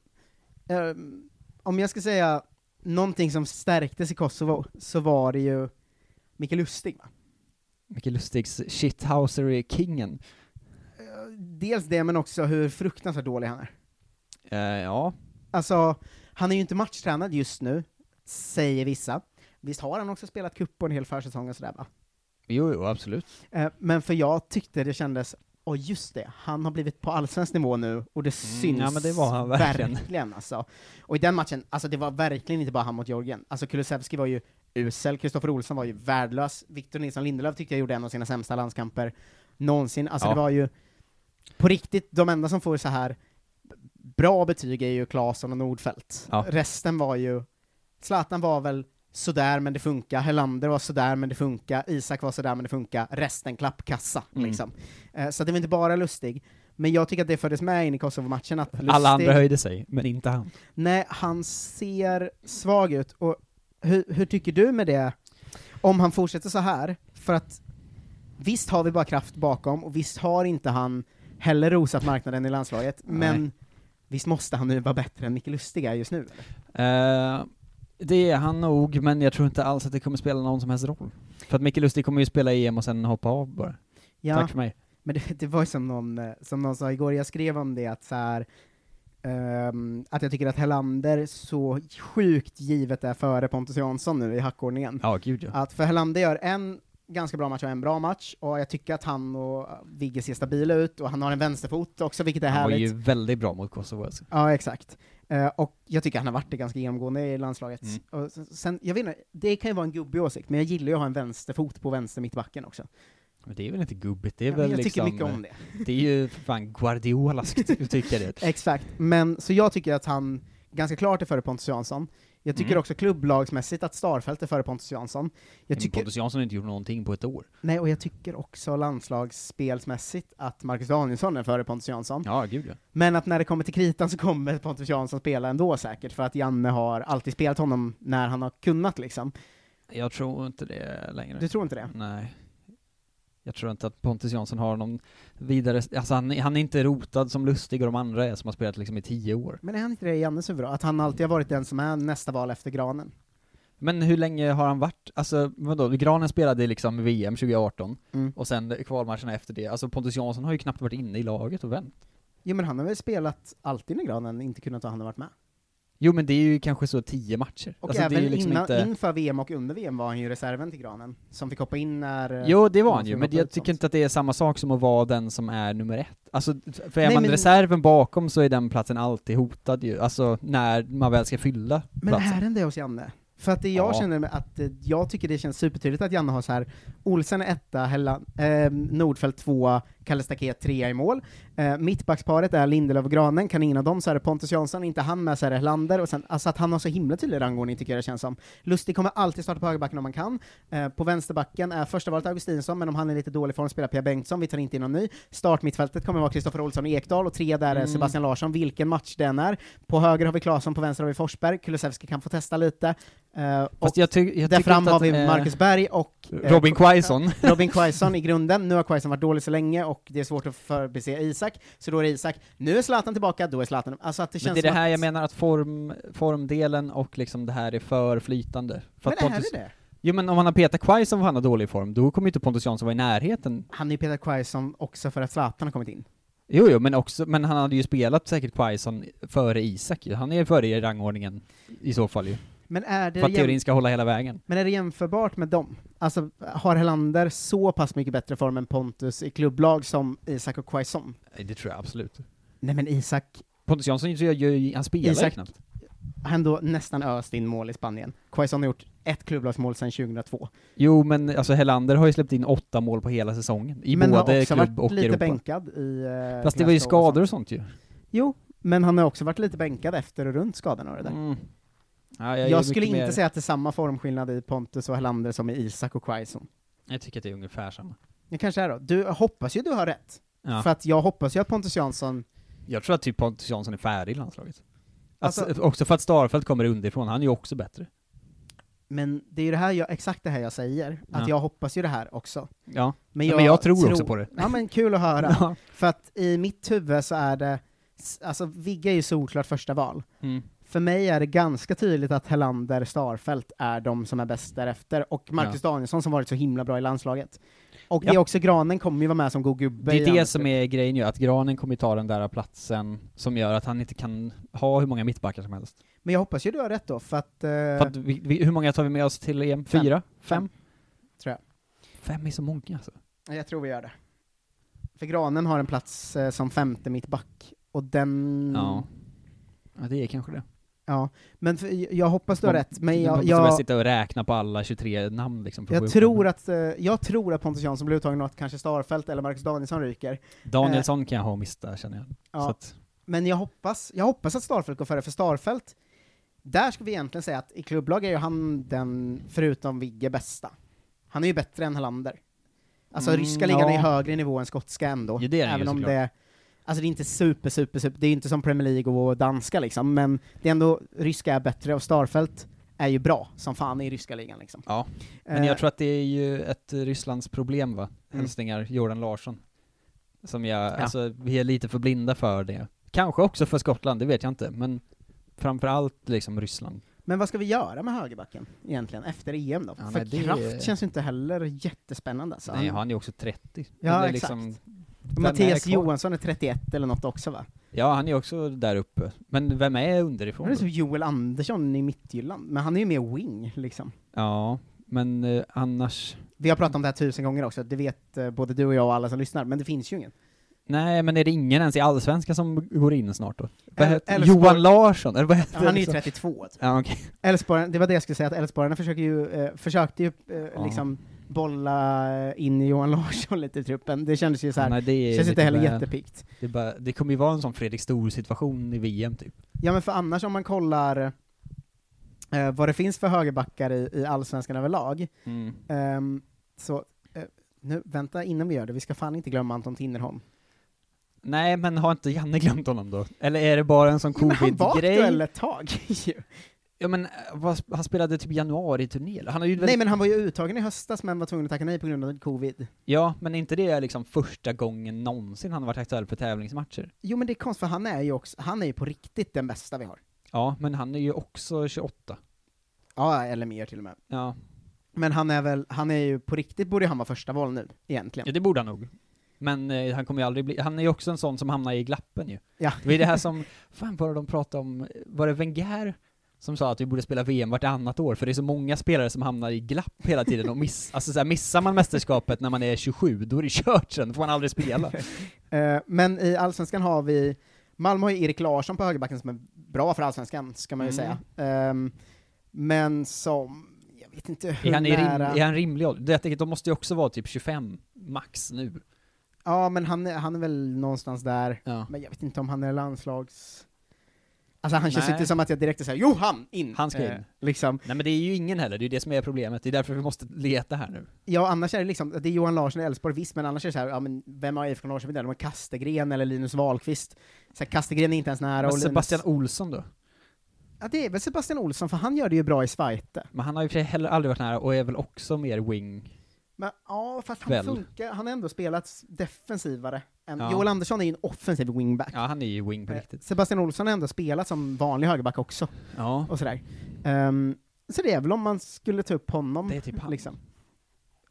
S8: eh, om jag ska säga någonting som stärktes i Kosovo, så var det ju Mikael Lustig. Va?
S9: Mycket Lustigs shithousery-kingen.
S8: Eh, Dels det, men också hur fruktansvärt dålig han är.
S9: Eh, ja,
S8: Alltså, han är ju inte matchtränad just nu, säger vissa. Visst har han också spelat cup på en hel försäsong och sådär va?
S9: jo, jo, absolut.
S8: Eh, men för jag tyckte det kändes, åh just det, han har blivit på allsvensk nivå nu, och det syns
S9: Mm, ja, men det var han verkligen.
S8: alltså. Och i den matchen, alltså det var verkligen inte bara han mot Georgien. Alltså Kulusevski var ju usel, Kristoffer Olsson var ju värdelös, Victor Nilsson Lindelöf tyckte jag gjorde en av sina sämsta landskamper någonsin. Alltså
S9: Ja.
S8: det var ju, på riktigt, de enda som får så här bra betyg är ju Claesson och Nordfeldt.
S9: Ja.
S8: Resten var ju, Zlatan var väl sådär men det funkar, Helander var sådär men det funkar, Isak var sådär men det funkar, resten klappkassa
S9: Mm.
S8: liksom. Eh, Så det var inte bara Lustig, men jag tycker att det fördes med in i Kosovo-matchen att Lustig,
S9: Alla andra höjde sig, men inte han.
S8: nej han ser svag ut, och hur, hur tycker du med det, om han fortsätter så här? För att visst har vi bara kraft bakom, och visst har inte han heller rosat marknaden i landslaget, men visst måste han nu vara bättre än Micke Lustig är just nu? eller?
S9: Eh, det är han nog, men jag tror inte alls att det kommer spela någon som helst roll. För att Micke Lustig kommer ju spela i EM och sen hoppa av bara.
S8: Ja.
S9: Tack för mig.
S8: Men det, det var ju som någon, eh, som någon sa igår, jag skrev om det, att så här, ehm, att jag tycker att Helander så sjukt givet är före Pontus Jansson nu i hackordningen.
S9: Ja, gud ja.
S8: Att för Helander gör en ganska bra match och en bra match, och jag tycker att han och Vigge ser stabila ut, och han har en vänsterfot också, vilket är
S9: Han var
S8: härligt.
S9: ju väldigt bra mot Kosovo alltså.
S8: Ja, exakt. Eh, och jag tycker han har varit det ganska genomgående i landslaget.
S9: Mm.
S8: Och s- sen, jag vet inte, det kan ju vara en gubbig åsikt, men jag gillar ju att ha en vänsterfot på vänster mittbacken också.
S9: Men det är väl inte gubbigt, det är
S8: Ja, men
S9: väl
S8: jag
S9: liksom...
S8: tycker mycket om det.
S9: det. är ju för fan Guardiolaskt, att tycka det.
S8: Exakt, men så jag tycker att han ganska klart är före Pontus Jansson. Jag tycker
S9: Mm.
S8: också klubblagsmässigt att Starfelt är före Pontus Jansson. Jag
S9: Men
S8: tycker,
S9: Pontus Jansson har inte gjort någonting på ett år.
S8: Nej, och jag tycker också landslagsspelsmässigt att Marcus Danielsson är före Pontus Jansson.
S9: Ja, gud ja.
S8: Men att när det kommer till kritan så kommer Pontus Jansson spela ändå säkert, för att Janne har alltid spelat honom när han har kunnat liksom.
S9: Jag tror inte det längre.
S8: Du tror inte det?
S9: Nej. Jag tror inte att Pontus Jansson har någon vidare, alltså han, han är inte rotad som Lustig och de andra är som har spelat liksom i tio år.
S8: Men är han inte det i Jannes huvud då? Att han alltid har varit den som är nästa val efter granen?
S9: Men hur länge har han varit, alltså vadå, Granen spelade i liksom VM 2018,
S8: Mm.
S9: och sen kvalmatcherna efter det, alltså Pontus Jansson har ju knappt varit inne i laget och vänt.
S8: Jo men han har väl spelat alltid när granen inte kunnat och han har varit med?
S9: Jo men det är ju kanske så tio matcher.
S8: Och
S9: Alltså, det är
S8: även
S9: ju liksom
S8: innan,
S9: inte-
S8: inför VM och under VM var han ju reserven till Granen, som fick hoppa in när... eh,
S9: Jo, det var
S8: någon
S9: han ju,
S8: skulle
S9: men
S8: hoppa
S9: jag
S8: ut
S9: tycker
S8: sånt.
S9: inte att det är samma sak som att vara den som är nummer ett. Alltså, för är
S8: Nej,
S9: man
S8: men-
S9: reserven bakom så är den platsen alltid hotad ju, alltså när man väl ska fylla
S8: Men
S9: platsen.
S8: är den det hos Janne? För att det jag
S9: Ja.
S8: känner med att eh, jag tycker det känns supertydligt att Janne har så här Olsen är etta, Hella, eh, Nordfeldt tvåa, Kalle Staket trea i mål. Eh, mittbacksparet är Lindelöf och Granen, kan ingen av dem så är det Pontus Jansson, inte han med så är det Helander, och sen, alltså att han har så himla tydlig rangordning tycker jag det känns som. Lustig kommer alltid starta på högerbacken om man kan. Eh, på vänsterbacken är första valet Augustinsson, men om han är lite dålig form spelar Pia Bengtsson, vi tar inte in någon ny. Startmittfältet kommer vara Kristoffer Olsson och Ekdal, och trea där är Sebastian Larsson, vilken match den är. På höger har vi Claesson, på vänster har vi Forsberg, Kulusevski kan få testa lite. Eh, och
S9: Fast jag ty- jag
S8: där
S9: tycker
S8: fram
S9: inte
S8: har
S9: att,
S8: vi
S9: eh,
S8: Marcus Berg och eh,
S9: Robin Quaison.
S8: Robin Quaison i grunden, nu har Quaison varit dålig så länge och det är svårt att förbise Isak, så då är det Isak. Nu är Zlatan tillbaka, då är Zlatan... Alltså att det
S9: Men
S8: känns
S9: det är det
S8: som
S9: här
S8: att...
S9: jag menar, att form, formdelen och liksom det här är för flytande. För
S8: Men
S9: att
S8: det här
S9: Pontus-
S8: är det.
S9: Jo men om han har petat Quaison för han har dålig form, då kommer ju inte Pontus Jansson vara i närheten.
S8: Han är ju Peter Quaison också för att Zlatan har kommit in.
S9: Jo, jo men också, men han hade ju spelat säkert Quaison före Isak ju. Han är före i rangordningen i så fall ju.
S8: Men är det,
S9: För att teorin
S8: jäm...
S9: ska hålla hela vägen.
S8: men är det jämförbart med dem? Alltså, har Helander så pass mycket bättre form än Pontus i klubblag som Isak och Quaison?
S9: Nej, det tror jag absolut.
S8: Nej men Isak,
S9: Pontus Jansson gör ju, han spelar ju
S8: Isak.
S9: knappt.
S8: han ändå nästan öst in mål i Spanien. Quaison har gjort ett klubblagsmål sedan 2002.
S9: Jo men alltså Helander har ju släppt in åtta mål på hela säsongen, i
S8: men har
S9: både
S8: också
S9: klubb
S8: varit
S9: och
S8: lite
S9: Europa.
S8: bänkad i... eh,
S9: Fast det var ju
S8: Glasgow och
S9: skador
S8: sånt.
S9: och sånt ju.
S8: Jo, men han har också varit lite bänkad efter och runt skadorna och det där.
S9: Mm.
S8: jag
S9: Ja, är mycket
S8: skulle inte
S9: mer-
S8: säga att det är samma formskillnad i Pontus och Helander som i Isak och Quaison.
S9: Jag tycker att det är ungefär samma.
S8: Det kanske är då. Du, jag hoppas ju du har rätt.
S9: Ja.
S8: För att jag hoppas ju att Pontus Jansson,
S9: Jag tror att typ Pontus Jansson är färdig i landslaget. Att,
S8: Alltså-
S9: också för att Starfelt kommer underifrån, han är ju också bättre.
S8: men det är ju det här jag, exakt det här jag säger,
S9: Ja.
S8: att jag hoppas ju det här också.
S9: Ja. Men jag, men jag tror, också på det.
S8: Ja men kul att höra.
S9: Ja.
S8: För att i mitt huvud så är det, s- alltså Vigge är ju solklart första val.
S9: Mm.
S8: För mig är det ganska tydligt att Helander, Starfelt är de som är bäst därefter, och Marcus Danielsson som varit så himla bra i landslaget. Och det är
S9: Ja.
S8: också, Granen kommer ju vara med som god gubbe
S9: Det
S8: i
S9: är det
S8: andra
S9: som
S8: spelet.
S9: är grejen ju, att Granen kommer ju ta den där platsen som gör att han inte kan ha hur många mittbackar som helst.
S8: Men jag hoppas ju du har rätt då, för att... eh,
S9: För att vi, vi, hur många tar vi med oss till EM? Fyra? Fem?
S8: Tror jag. Mm.
S9: Fem är så många alltså.
S8: Jag tror vi gör det. För Granen har en plats eh, som femte mittback, och den...
S9: Ja. ja, det är kanske det.
S8: Ja. Men för, jag- jag hoppas du har
S9: Man-
S8: rätt, men
S9: man
S8: jag,
S9: måste börja
S8: jag,
S9: sitta och räkna på alla 23 namn liksom. för att få
S8: jag,
S9: ihop
S8: tror
S9: det.
S8: att, eh, jag tror att Pontus Jansson blir uttagen och att kanske Starfelt eller Marcus Danielsson ryker.
S9: Danielsson kan jag ha och mista känner jag.
S8: Eh. Ja.
S9: Så att,
S8: Men jag hoppas, jag hoppas att Starfelt går före, för Starfelt, där ska vi egentligen säga att i klubblag är ju han den, förutom Vigge, bästa. Han är ju bättre än Helander. Alltså
S9: Mm,
S8: ryska ligan är
S9: ja.
S8: ju högre nivå än skotska ändå,
S9: Jo, det är den ju
S8: även om
S9: såklart.
S8: det Alltså det är inte super, super, super, det är ju inte som Premier League och danska liksom, men det är ändå, ryska är bättre och Starfelt är ju bra som fan i ryska ligan liksom.
S9: ja. Men
S8: Eh, Mm.
S9: jag tror att det är ju ett Rysslands problem va? Hälsningar Jordan Larsson. Som jag, alltså vi är lite för blinda för det. Kanske också för Skottland, det vet jag inte, men framförallt liksom Ryssland.
S8: Men vad ska vi göra med högerbacken egentligen, efter EM då?
S9: Ja,
S8: För
S9: nej, det-
S8: Kraft känns ju inte heller jättespännande alltså.
S9: Nej, han är ju också 30.
S8: Ja,
S9: Det är
S8: exakt.
S9: vem är
S8: Mattias
S9: kvar?
S8: Johansson är 31 eller något också va?
S9: Ja, han är ju också där uppe. Men vem är underifrån?
S8: Han är
S9: då?
S8: som Joel Andersson i Mittjylland, men han är ju mer wing liksom.
S9: Ja, men eh, annars...
S8: Vi har pratat om det här tusen gånger också, det vet eh, både du och jag och alla som lyssnar, men det finns ju ingen.
S9: Nej, men är det ingen ens i Allsvenskan som går in snart då? Vad
S8: El-
S9: heter
S8: Elfsborg-
S9: Johan Larsson, eller vad heter
S8: Han är ju
S9: liksom?
S8: 32.
S9: Ja, okej.
S8: Elfsborg, det var det jag skulle säga, att Elfsborgarna försöker ju, eh, försökte ju eh,
S9: Ja.
S8: liksom bolla eh, in Johan Larsson lite i truppen, det kändes ju så här.
S9: Nej, det är
S8: känns inte
S9: lite
S8: heller
S9: väl-
S8: jättepikt.
S9: Det, är bara, det kommer ju vara en sån Fredrik Stor-situation i VM typ.
S8: Ja men för annars om man kollar eh, vad det finns för högerbackar i, i Allsvenskan överlag, ehm, så, eh, nu, vänta innan vi gör det, vi ska fan inte glömma Anton Tinnerholm.
S9: Nej, men har inte Janne glömt honom då? Eller är det bara en sån
S8: Jo, men han var aktuell
S9: covid-grej?
S8: ett tag ju.
S9: Ja, men eh, vad, han spelade typ januari-turné, eller? han har ju väl-
S8: Nej men han var ju uttagen i höstas men var tvungen att tacka nej på grund av covid.
S9: Ja, men är inte det liksom första gången någonsin han har varit aktuell för tävlingsmatcher?
S8: Jo men det är konstigt för han är ju också, han är ju på riktigt den bästa vi har.
S9: Ja, men han är ju också 28.
S8: Ja, eller mer till och med.
S9: Ja,
S8: Men han är väl, han är ju på riktigt, borde han vara första val nu, egentligen.
S9: ja det borde han nog. Men eh, han kommer ju aldrig bli, han är ju också en sån som hamnar i glappen ju.
S8: Ja.
S9: Det är det här som, fan var det de pratade om, var det Wenger som sa att vi borde spela VM vartannat år, för det är så många spelare som hamnar i glapp hela tiden och miss, alltså så här, missar man mästerskapet när man är 27, då är det kört sen, då får man aldrig spela.
S8: Eh, men i Allsvenskan har vi, Malmö har ju Erik Larsson på högerbacken som är bra för Allsvenskan, ska man ju
S9: Mm.
S8: säga. Ehm, men som, jag vet inte hur
S9: Är han, i rim,
S8: nära...
S9: är han rimlig ålder? Det- Jag tänker, de måste ju också vara typ 25 max nu.
S8: Ja, men han, är- han är väl någonstans där.
S9: Ja.
S8: Men jag vet inte om han är landslags... Alltså han känns
S9: Nej.
S8: inte som att jag direkt är såhär, jo han, in!
S9: Han ska in.
S8: liksom.
S9: Nej men det är ju ingen heller, det är ju det som är problemet, det är därför vi måste leta här nu.
S8: Ja, annars är det liksom, det är Johan Larsson i Elfsborg visst, men annars är det såhär, ja men vem har IFK Norrköping där? De har Kastegren eller Linus Wahlqvist. Så här, Kastegren är inte ens nära.
S9: Men
S8: och
S9: Sebastian
S8: Linus...
S9: Olsson då?
S8: Ja, det är väl Sebastian Olsson, för han gör det ju bra i Svajte.
S9: Men han har ju för sig heller aldrig varit nära och är väl också mer wing.
S8: Men ja, fast han
S9: Väl.
S8: funkar, han har ändå spelat defensivare. Än...
S9: Ja.
S8: Joel Andersson är ju en offensiv wingback.
S9: Ja, han är ju wing på
S8: Eh,
S9: riktigt.
S8: Sebastian Olsson har ändå spelat som vanlig högerback också.
S9: Ja.
S8: och sådär. Ehm, så det är väl om man skulle ta upp honom.
S9: Det är typ han.
S8: Liksom.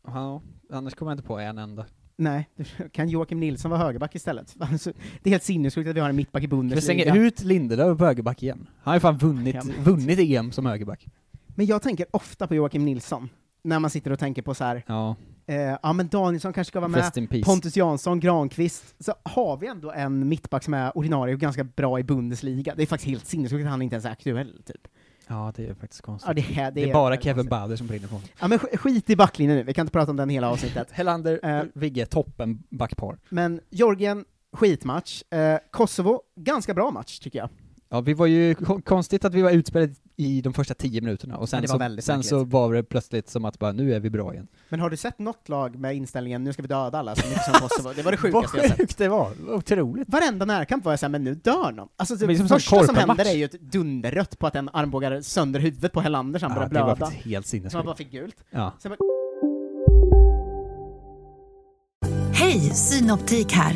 S9: ja. Annars kommer jag inte på en enda.
S8: Nej, kan Joakim Nilsson vara högerback istället? Alltså, det är helt sinnessjukt att vi har en mittback i
S9: Vi
S8: Bundesliga.
S9: slänger ut Lindelöf på högerback igen. Han har ju fan vunnit,
S8: Ja, men-
S9: vunnit EM som högerback.
S8: Men jag tänker ofta på Joakim Nilsson, när man sitter och tänker på så här,
S9: Ja,
S8: eh, ja men Danielsson kanske ska vara med,
S9: rest in peace.
S8: Pontus Jansson, Granqvist, så har vi ändå en mittback som är ordinarie och ganska bra i Bundesliga. Det är faktiskt helt sinnessjukt att han inte ens är aktuell, typ.
S9: ja, det är faktiskt konstigt.
S8: Ja, det, här, det,
S9: det, är bara
S8: väldigt
S9: Kevin
S8: konstigt.
S9: Bader som brinner på honom.
S8: Ja men sk- skit i backlinjen nu, vi kan inte prata om den hela avsnittet.
S9: Hellander,
S8: Eh.
S9: Vigge, toppen backpar.
S8: Men Georgien, skitmatch. Eh, Kosovo, ganska bra match tycker jag.
S9: Ja, vi var ju kon- konstigt att vi var utspelade i de första tio minuterna och
S8: Ja,
S9: sen,
S8: det var
S9: så,
S8: väldigt
S9: sen
S8: märkligt.
S9: så var det plötsligt som att bara nu är vi bra igen.
S8: Men har du sett något lag med inställningen nu ska vi döda alla så mycket som Kosovo? Det var det sjukaste jag
S9: Vad
S8: sett.
S9: sjukt det var! Otroligt!
S8: Varenda närkamp var jag såhär, men nu dör någon. Alltså det
S9: Men det är som en
S8: första som
S9: korpenmatch.
S8: händer är ju ett dunderrött på att en armbågar sönder huvudet på Helander så han
S9: Ja,
S8: börjar
S9: det var
S8: blöda.
S9: faktiskt helt
S8: Så man
S9: sinnessjukt.
S8: bara fick gult.
S9: Ja.
S8: Sen bara,
S2: Hej, Synoptik här.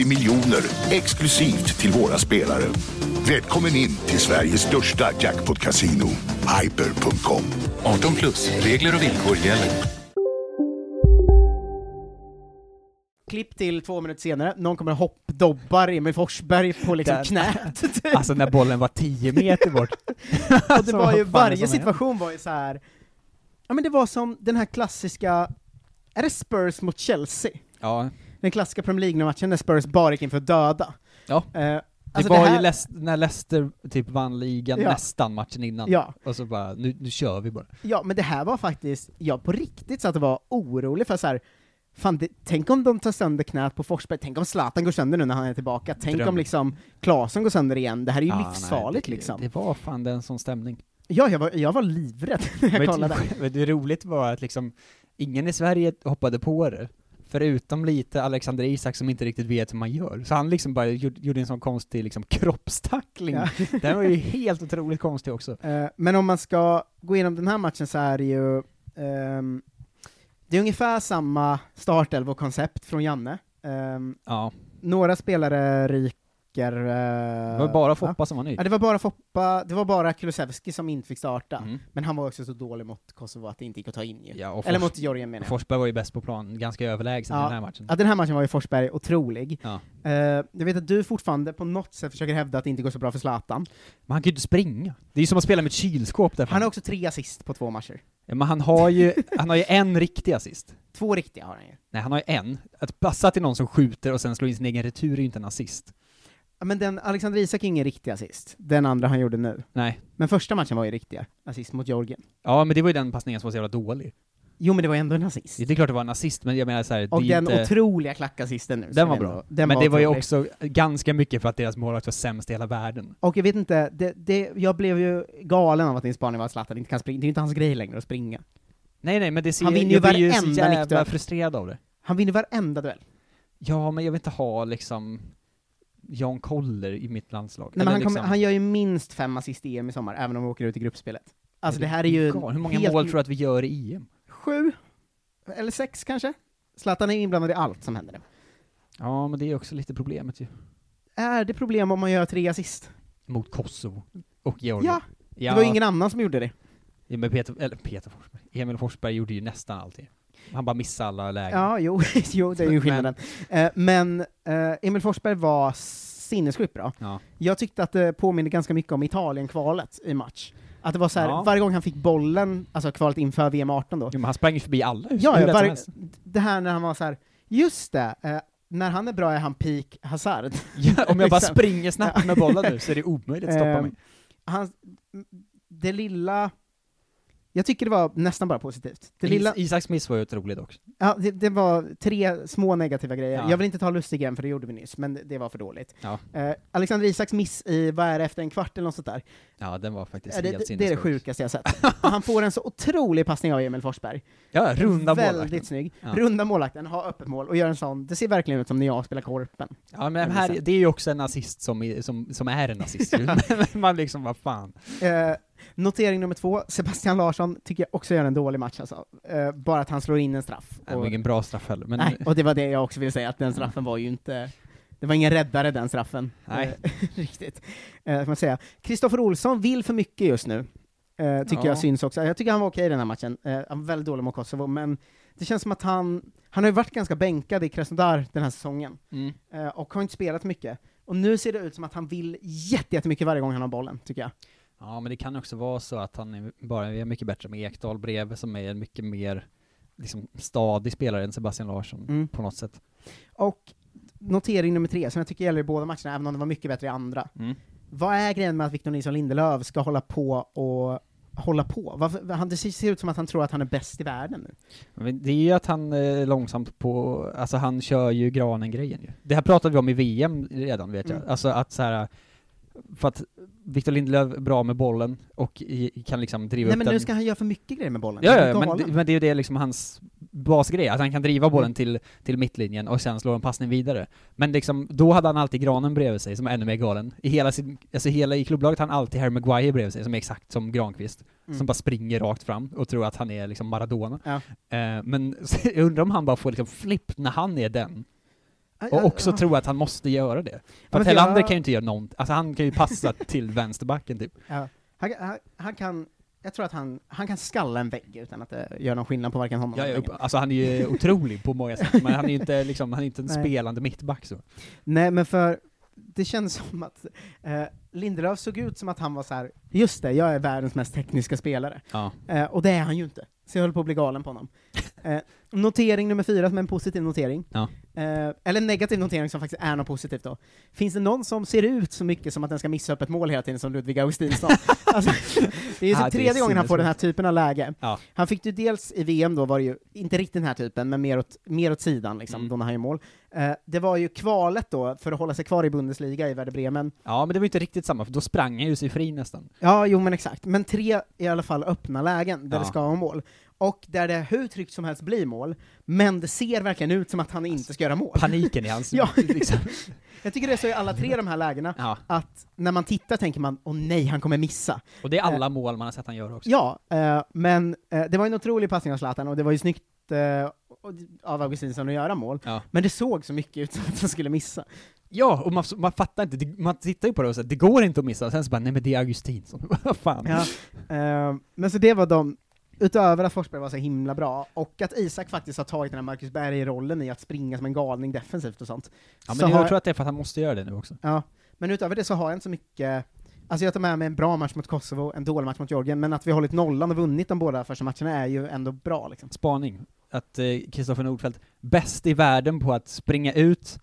S11: miljoner exklusivt till våra spelare. Välkommen in till Sveriges största jackpot-casino, hyper.com.
S12: 18 plus, regler och villkor gäller.
S8: klipp till två minuter senare, någon kommer och hoppdobbar Emil Forsberg på liksom
S9: Där.
S8: knät. typ.
S9: Alltså när bollen var 10 meter bort.
S8: Och det var ju, varje situation var ju så här. ja men det var som den här klassiska, är det Spurs mot Chelsea?
S9: Ja,
S8: den klassiska Premier League-matchen när Spurs bara gick in för att döda.
S9: ja.
S8: Eh,
S9: Det
S8: alltså
S9: var
S8: här-
S9: ju Leicester, när Leicester typ vann ligan
S8: Ja.
S9: nästan matchen innan.
S8: Ja.
S9: Och så bara, nu, nu kör vi bara.
S8: Ja, men det här var faktiskt, jag på riktigt så att det var orolig för så här. Fan, det, tänk om de tar sönder knät på Forsberg, tänk om Zlatan går sönder nu när han är tillbaka, tänk
S9: Dröm.
S8: om liksom Klasen går sönder igen, det här är ju
S9: Ah,
S8: livsfarligt
S9: nej, det,
S8: liksom.
S9: Det var fan den sån stämning.
S8: Ja, jag var, jag var livrädd när jag kollade.
S9: men det roligt var att liksom, ingen i Sverige hoppade på det. Förutom lite Alexander Isak som inte riktigt vet hur man gör. Så han liksom bara gjorde, gjorde en sån konstig liksom kroppstackling.
S8: Ja.
S9: Den var ju helt otroligt konstig också.
S8: Eh, men om man ska gå igenom den här matchen så är det ju, ehm, det är ungefär samma startelva och koncept från Janne. Ehm,
S9: Ja,
S8: några spelare ryker.
S9: det
S8: eh,
S9: var bara
S8: va?
S9: Foppa som var ny.
S8: Ja, det var bara Foppa, det var bara Kulusevski som inte fick starta.
S9: Mm.
S8: Men han var också så dålig mot Kosovo att det inte gick att ta in ju.
S9: Ja, och
S8: Eller
S9: Fors-
S8: mot Georgien menar jag.
S9: Forsberg var ju bäst på plan, ganska överlägsen i
S8: Ja.
S9: den här matchen.
S8: Ja, den här matchen var ju Forsberg otrolig.
S9: Ja.
S8: Eh, jag vet att du fortfarande på något sätt försöker hävda att det inte går så bra för Zlatan.
S9: Men han kan ju inte springa. Det är ju som att spela med ett kylskåp där
S8: Han
S9: framme.
S8: har också tre assist på två matcher.
S9: Ja, Men han har ju, han har ju en riktig assist.
S8: Två riktiga har han ju.
S9: Nej, han har ju en. Att passa till någon som skjuter och sen slå in sin egen retur är ju inte en assist.
S8: Ja, men den, Alexander Isak är ingen riktig assist. Den andra han gjorde nu.
S9: Nej.
S8: Men första matchen var ju riktiga assist mot Georgien.
S9: Ja, men det var ju den passningen som var så jävla dålig.
S8: Jo men det var ändå en nazist.
S9: Det är klart det var en nazist, men jag menar så här,
S8: Och
S9: det är
S8: den
S9: inte...
S8: otroliga klackassisten nu. ska
S9: Den var
S8: vi ändå-
S9: bra.
S8: Den
S9: men
S8: var
S9: det var ju
S8: otrolig.
S9: också ganska mycket för att deras målvakt var sämst i hela världen.
S8: Och jag vet inte, det, det, jag blev ju galen av att din spaning var att Zlatan inte kan springa. Det är ju inte hans grej längre att springa.
S9: Nej nej, men det ser
S8: Han vinner ju
S9: jag blir ju så
S8: varenda
S9: jävla
S8: nickduell.
S9: frustrerad av det.
S8: Han vinner varenda duell.
S9: Ja, men jag vill inte ha liksom Jan Koller i mitt landslag.
S8: Nej, men
S9: Eller
S8: han, kommer,
S9: liksom-
S8: han gör ju minst fem assist i EM i sommar, även om vi åker ut i gruppspelet. Alltså det här är ju...
S9: Galen. Hur många
S8: helt-
S9: mål tror du att vi gör i E EM?
S8: Sju? Eller sex kanske? Zlatan är ju inblandad i allt som händer nu.
S9: Ja, men det är också lite problemet ju.
S8: Är det problem om man gör tre assist?
S9: Mot Kosovo och Georgien.
S8: Ja! Det var ju ingen annan som gjorde det.
S9: Ja, men Peter, eller Peter Forsberg. Emil Forsberg gjorde ju nästan alltid. Han bara missade alla lägen.
S8: Ja, jo, jo det är ju skillnaden. Eh, Men eh, Emil Forsberg var sinnessjukt bra.
S9: Ja.
S8: Jag tyckte att det påminner ganska mycket om Italien-kvalet i match. Att det var så här,
S9: Ja.
S8: varje gång han fick bollen, alltså kvalet inför VM 18 då.
S9: Jo, men han sprang ju förbi alla. hur-
S8: Ja,
S9: hur lätt
S8: ja
S9: som
S8: var,
S9: helst.
S8: det här när han var så här, just det, eh, när han är bra är han peak Hazard.
S9: Ja, om jag bara
S8: Liksom.
S9: springer snabbt
S8: Ja.
S9: med bollen nu så är det omöjligt att stoppa
S8: Ehm,
S9: mig.
S8: Hans, det lilla, jag tycker det var nästan bara positivt. Det
S9: Is-
S8: lilla,
S9: Isak Smith var ju otrolig dock.
S8: Ja, det, det var tre små negativa grejer.
S9: Ja.
S8: Jag vill inte ta lustig igen, för det gjorde vi nyss, men det, det var för dåligt.
S9: Ja.
S8: Eh, Alexander Isaks miss i, vad är det, efter en kvart eller något sånt där?
S9: Ja, den var faktiskt
S8: Eh, det,
S9: helt
S8: det, det är det
S9: sinnessjuk.
S8: sjukaste jag sett. Och han får en så otrolig passning av Emil Forsberg.
S9: Ja, runda
S8: Väldigt
S9: målvakten.
S8: snygg.
S9: Ja.
S8: Runda målakten, ha öppet mål och gör en sån. Det ser verkligen ut som när jag spelar Korpen.
S9: Ja, men här, det är ju också en nazist som, är- som, som är en nazist ju. Men Man liksom, vad fan.
S8: Eh, notering nummer två, Sebastian Larsson tycker jag också gör en dålig match alltså. Eh, bara att han slår in en straff.
S9: Nej,
S8: Och-
S9: men ingen bra straff heller. Men,
S8: Nej, och det var det jag också ville säga, att den straffen var ju inte... Det var ingen räddare den straffen.
S9: Nej.
S8: Eh, Riktigt. Eh, får man säga. Kristoffer Olsson vill för mycket just nu. Eh, tycker
S9: Ja.
S8: jag syns också. Jag tycker han var okej i den här matchen. Eh, han var väldigt dålig mot Kosovo, men det känns som att han... Han har ju varit ganska bänkad i Krasnodar den här säsongen.
S9: Mm.
S8: Eh, och har inte spelat mycket. Och nu ser det ut som att han vill jätte- jättemycket varje gång han har bollen, tycker jag.
S9: ja, men det kan också vara så att han är, bara är mycket bättre med Ekdal bredvid, som är en mycket mer liksom, stadig spelare än Sebastian Larsson
S8: Mm.
S9: på något sätt.
S8: Och notering nummer tre, som jag tycker gäller i båda matcherna, även om det var mycket bättre i andra.
S9: Mm.
S8: Vad är grejen med att Victor Nilsson Lindelöf ska hålla på och hålla på? Varför, han, det ser- ser ut som att han tror att han är bäst i världen nu.
S9: Men det är ju att han eh, långsamt på, alltså han kör ju granen-grejen ju. Det här pratade vi om i VM redan vet jag,
S8: Mm.
S9: alltså att så här för att Victor Lindelöf är bra med bollen och i, kan liksom driva
S8: Nej
S9: upp
S8: men
S9: den.
S8: nu ska han göra för mycket grejer med bollen.
S9: Ja,
S8: Han är
S9: ja men,
S8: galen.
S9: det, men det är ju det liksom hans basgrej, att han kan driva
S8: Mm.
S9: bollen till, till mittlinjen och sen slå en passning vidare. Men liksom, då hade han alltid granen bredvid sig som är ännu mer galen. I hela sin, alltså hela i klubblaget har han alltid Harry Maguire bredvid sig som är exakt som Granqvist.
S8: Mm.
S9: Som bara springer rakt fram och tror att han är liksom Maradona.
S8: Ja.
S9: Eh, men jag undrar om han bara får liksom flipp när han är den.
S8: Ja,
S9: Och
S8: ja,
S9: också
S8: ja.
S9: tror att han måste göra det. För
S8: men
S9: att
S8: för
S9: Helander
S8: jag-
S9: kan ju inte göra någonting, alltså han kan ju passa till vänsterbacken typ.
S8: Ja. Han, han, han kan, jag tror att han, han kan skalla en vägg utan att det gör någon skillnad på varken honom
S9: Ja,
S8: eller
S9: ja,
S8: väggen.
S9: alltså han är ju otrolig på många sätt, men han är ju inte, liksom, han är inte en
S8: Nej.
S9: spelande mittback så.
S8: Nej men för, det känns som att eh, Lindelöf såg ut som att han var så här. just det, jag är världens mest tekniska spelare.
S9: Ja.
S8: Eh, och det är han ju inte. Så jag höll på att bli galen på honom. Eh, notering nummer fyra, som är en positiv notering.
S9: Ja.
S8: Eh, eller en negativ notering som faktiskt är något positivt då. Finns det någon som ser ut så mycket som att den ska missa upp ett mål hela tiden som Ludvig Augustinsson? alltså, det är ju
S9: Ja, det
S8: så
S9: är
S8: tredje gången han får
S9: sinnessjukt.
S8: den här typen av läge.
S9: Ja.
S8: Han fick ju dels i VM då var det ju, inte riktigt den här typen, men mer åt, mer åt sidan liksom,
S9: Mm.
S8: då när han gör mål. Eh, det var ju kvalet då, för att hålla sig kvar i Bundesliga i Werder Bremen.
S9: ja, men det var ju inte riktigt samma, för då sprang han ju sig fri nästan.
S8: Ja, jo men exakt. Men tre i alla fall öppna lägen där
S9: Ja.
S8: det ska vara mål. Och där det hur tryggt som helst blir mål, men det ser verkligen ut som att han inte ska göra mål.
S9: Paniken i hans...
S8: Ja.
S9: liksom.
S8: Jag tycker det är så i alla tre de här lägena,
S9: Ja.
S8: att när man tittar tänker man åh nej, han kommer missa.
S9: Och det är alla mål man har sett han göra också.
S8: Ja, eh, men eh, det var ju en otrolig passning av Zlatan och det var ju snyggt eh, och- av Augustinsson att göra mål,
S9: Ja.
S8: men det såg så mycket ut som att han skulle missa.
S9: Ja, och man, man fattar inte, det, man tittar ju på det och säger det går inte att missa, och sen så bara nej men det är Augustinsson, vad fan.
S8: Ja. Eh, men så det var de, utöver att Forsberg var så himla bra, och att Isak faktiskt har tagit den här Marcus Berg-rollen i att springa som en galning defensivt och sånt.
S9: Ja,
S8: så
S9: men
S8: har-
S9: jag tror att det är för att han måste göra det nu också.
S8: Ja, men utöver det så har jag inte så mycket, alltså jag tar med mig en bra match mot Kosovo, en dålig match mot Georgien, men att vi har hållit nollan och vunnit de båda första matcherna är ju ändå bra liksom.
S9: Spaning, att eh, Kristoffer Nordfeldt, bäst i världen på att springa ut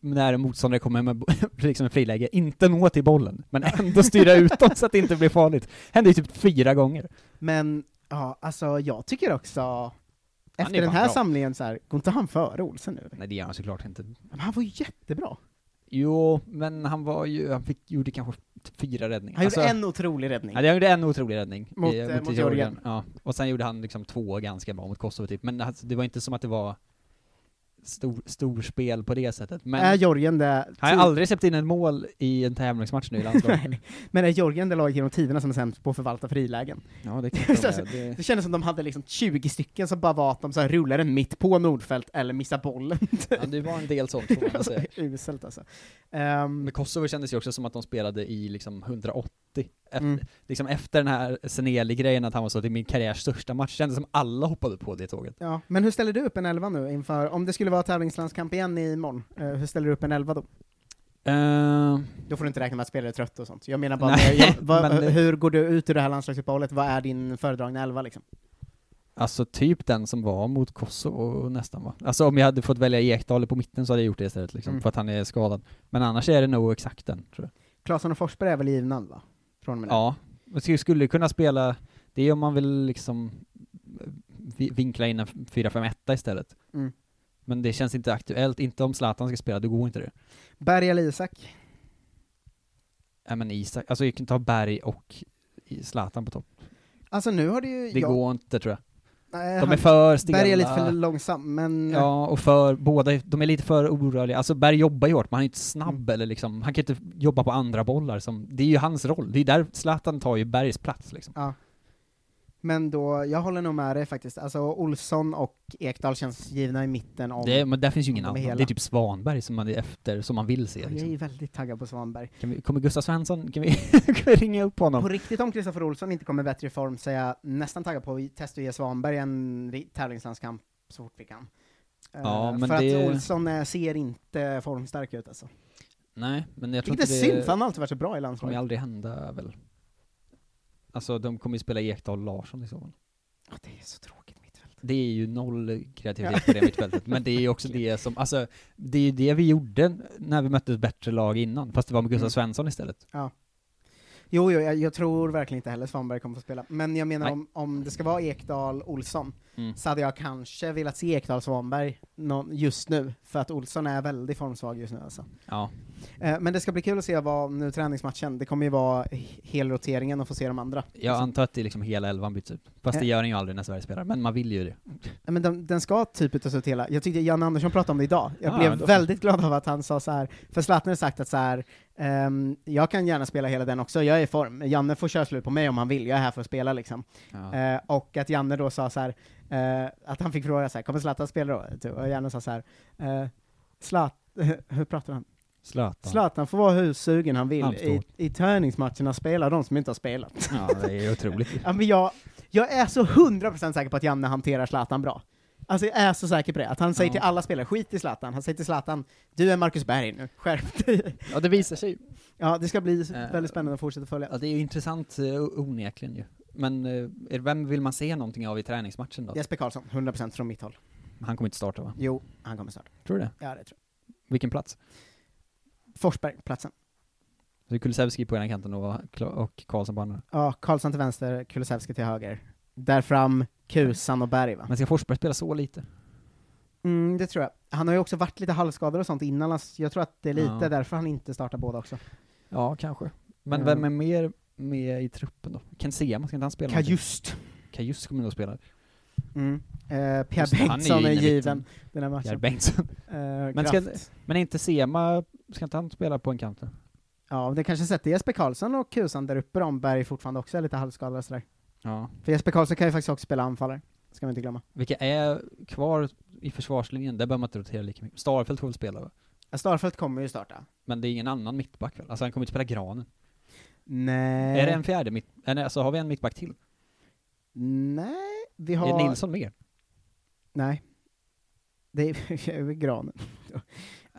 S9: när en motståndare kommer med bo- liksom en friläge, inte nå till bollen, men ändå styra ut dem så att det inte blir farligt. Hände ju typ fyra gånger.
S8: Men, ja, alltså jag tycker också,
S9: är
S8: efter den
S9: fan
S8: här
S9: bra.
S8: samlingen så här, går inte han före Olsen nu?
S9: Nej det gör han såklart inte.
S8: Men han var ju jättebra.
S9: Jo, men han var ju, han fick, gjorde kanske t- fyra räddningar. Alltså,
S8: Han gjorde en otrolig räddning.
S9: Ja, han gjorde en otrolig räddning.
S8: Mot,
S9: i-
S8: eh, mot Georgien.
S9: Ja. Och sen gjorde han liksom två ganska bra mot Kosovo typ, men alltså, det var inte som att det var stor, storspel på det sättet. Men
S8: Är Georgien det...
S9: Han har aldrig släppt in ett mål i en tävlingsmatch nu i landslaget.
S8: Nej. Men är Georgien det laget genom tiderna som är sämst på att förvalta frilägen?
S9: Ja, det
S8: Så
S9: kan
S8: alltså,
S9: de
S8: det,
S9: göra. det,
S8: kändes som de hade liksom 20 stycken som bara var att de så här rullar den mitt på Nordfält eller missar bollen.
S9: ja, det var en del sånt får man
S8: alltså,
S9: säga.
S8: uselt alltså. Ehm,
S9: Men Kosovo kändes ju också som att de spelade i liksom 180. Efter, liksom efter den här Seneli-grejen att han var så, det är min karriärs största match, kändes som alla hoppade på det tåget.
S8: ja. Men hur ställer du upp en elva nu inför, om det skulle vara tävlingslandskamp igen imorgon, eh, hur ställer du upp en elva då?
S9: Eh,
S8: Då får du inte räkna med att spelare är trött och sånt. Jag menar bara,
S9: Nej,
S8: jag, vad,
S9: men det-
S8: hur går du ut ur det här landslagsuppehållet? Vad är din föredragna elva liksom?
S9: Alltså typ den som var mot Kosovo nästan va? Alltså om jag hade fått välja Ekdal på mitten så hade jag gjort det istället liksom,
S8: Mm.
S9: för att han är skadad. Men annars är det nog exakt den, tror jag.
S8: Claesson och Forsberg är väl givna va? Från och med nu.
S9: Ja. Man skulle- skulle kunna spela, det är om man vill liksom vi- vinkla in en 4-5-1 istället.
S8: Mm.
S9: Men det känns inte aktuellt, inte om Zlatan ska spela, då går inte det.
S8: Berg eller Isak?
S9: Nej men Isak, alltså jag kan inte ha Berg och i- Zlatan på topp.
S8: Alltså nu har det ju...
S9: Det
S8: jag-
S9: går inte tror jag.
S8: Nej,
S9: De
S8: han-
S9: är för stela.
S8: Berg är lite för långsam, men...
S9: Ja, och för båda, de är lite för orörliga. Alltså Berg jobbar ju hårt, men han är inte snabb
S8: Mm.
S9: eller liksom, han kan inte jobba på andra bollar som, det är ju hans roll. Det är där Zlatan tar ju Bergs plats liksom.
S8: Ja. Men då, jag håller nog med dig faktiskt. Alltså Olsson och Ekdal känns givna i mitten om...
S9: Det, men där finns ju ingen
S8: om de
S9: annan.
S8: hela.
S9: Det är typ Svanberg som man är efter, som man vill se
S8: Jag är
S9: liksom.
S8: ju väldigt taggad på Svanberg.
S9: kan vi, Kommer Gustav Svensson, kan vi, kan vi ringa upp honom?
S8: På riktigt, om Kristoffer Olsson inte kommer i bättre form så är jag nästan taggad på att testa att ge Svanberg en ri- tävlingslandskamp så fort vi kan. Eh,
S9: Ja, men
S8: För
S9: det-
S8: att Olsson eh, ser inte formstark ut alltså.
S9: Nej, men jag tror
S8: Vilket är
S9: inte
S8: synd, för han har alltid varit så bra i
S9: kommer ju
S8: landslaget.
S9: aldrig hända väl. Alltså de kommer ju spela Ekdal och Larsson i så fall.
S8: Ja, det är så tråkigt.
S9: Det är ju noll
S8: Ja.
S9: kreativitet på det mittfältet, men det är ju också det som, alltså, det är ju det vi gjorde när vi mötte ett bättre lag innan, fast det var med Gustav
S8: Mm.
S9: Svensson istället.
S8: Ja. Jo, jo jag, jag tror verkligen inte heller Svanberg kommer få spela. Men jag menar
S9: Nej.
S8: om, om det ska vara Ekdal, Olsson,
S9: Mm.
S8: så hade jag kanske velat se Ekdal, Svanberg någon, just nu. För att Olsson är väldigt formsvag just nu alltså.
S9: Ja.
S8: Eh, men det ska bli kul att se vad nu träningsmatchen, det kommer ju vara he- helroteringen och få se de andra.
S9: Jag antar att det är liksom hela elvan byts ut, fast det
S8: Ja.
S9: gör den ju aldrig när Sverige spelar, men man vill ju det.
S8: Nej, men den, den ska typ bytas ut hela. Jag tyckte Jan Andersson pratade om det idag. Jag
S9: Ah,
S8: blev
S9: men då-
S8: väldigt glad av att han sa så här. för Zlatan har sagt att så här, ehm, jag kan gärna spela hela den också, jag är i form. Janne får köra slut på mig om han vill, jag är här för att spela liksom.
S9: Ja.
S8: Eh, och att Janne då sa så här, eh, att han fick fråga så här, kommer Zlatan spela då? Typ. Och Janne sa så här, eh, Zlat hur pratar han?
S9: Zlatan.
S8: Zlatan får vara hur sugen han vill.
S9: Han förstår.
S8: I, I träningsmatcherna spelar de som inte har spelat.
S9: Ja, det är otroligt.
S8: Ja, men jag, jag är så 100% säker på att Janne hanterar Zlatan bra. Alltså jag är så säker på det, att han säger
S9: Ja.
S8: till alla spelare, skit i Zlatan, han säger till Zlatan, du är Marcus Berg nu, skärp dig.
S9: Ja, det visar sig ju.
S8: Ja, det ska bli
S9: Eh,
S8: väldigt spännande att fortsätta följa.
S9: Ja, det är ju intressant eh, o- onekligen ju. Men eh, är- vem vill man se någonting av i träningsmatchen då?
S8: Jesper Karlsson, 100% från mitt håll.
S9: Han kommer inte starta va?
S8: Jo, han kommer starta.
S9: Tror du det?
S8: Ja, det tror
S9: Vilken plats?
S8: jag. Forsberg, platsen.
S9: Så Kulusevski på ena kanten och, Kla- och Karlsson på andra.
S8: Ja, Karlsson till vänster, Kulusevski till höger. Där fram Kusan och Berg va?
S9: Men ska Forsberg spela så lite?
S8: Mm, det tror jag. Han har ju också varit lite halvskadad och sånt innan, alltså, jag tror att det är lite
S9: Ja.
S8: därför han inte startar båda också.
S9: Ja, kanske. Eh. Men
S8: Mm.
S9: vem är mer med i truppen då? Ken Sema, ska inte han spela? någonting?
S8: Kajust.
S9: Kajust kommer nog spela.
S8: Mm. Eh, Pierre
S9: Just det, han är
S8: Bengtsson
S9: ju
S8: är,
S9: inne i
S8: given
S9: mitten.
S8: den här matchen.
S9: Pierre Bengtsson.
S8: Eh,
S9: Men, ska,
S8: Kraft.
S9: men är inte Sema, ska inte han spela på en kant? då?
S8: Ja, det kanske sätter Jesper Karlsson och Kusan där uppe om Berg fortfarande också är lite halvskadad och sådär.
S9: Ja.
S8: För Jesper Karlsson kan ju faktiskt också spela anfallare, ska man inte glömma.
S9: Vilka är kvar i försvarslinjen? Där behöver man inte rotera lika mycket. Starfelt får väl spela va?
S8: Ja, Starfelt kommer ju starta.
S9: Men det är ingen annan mittback väl? Alltså han kommer inte spela Granen.
S8: Nej.
S9: Är det en fjärde mitt... är det- Alltså har vi en mittback till?
S8: Nej, vi har...
S9: Är Nilsson med?
S8: Nej. Det är granen.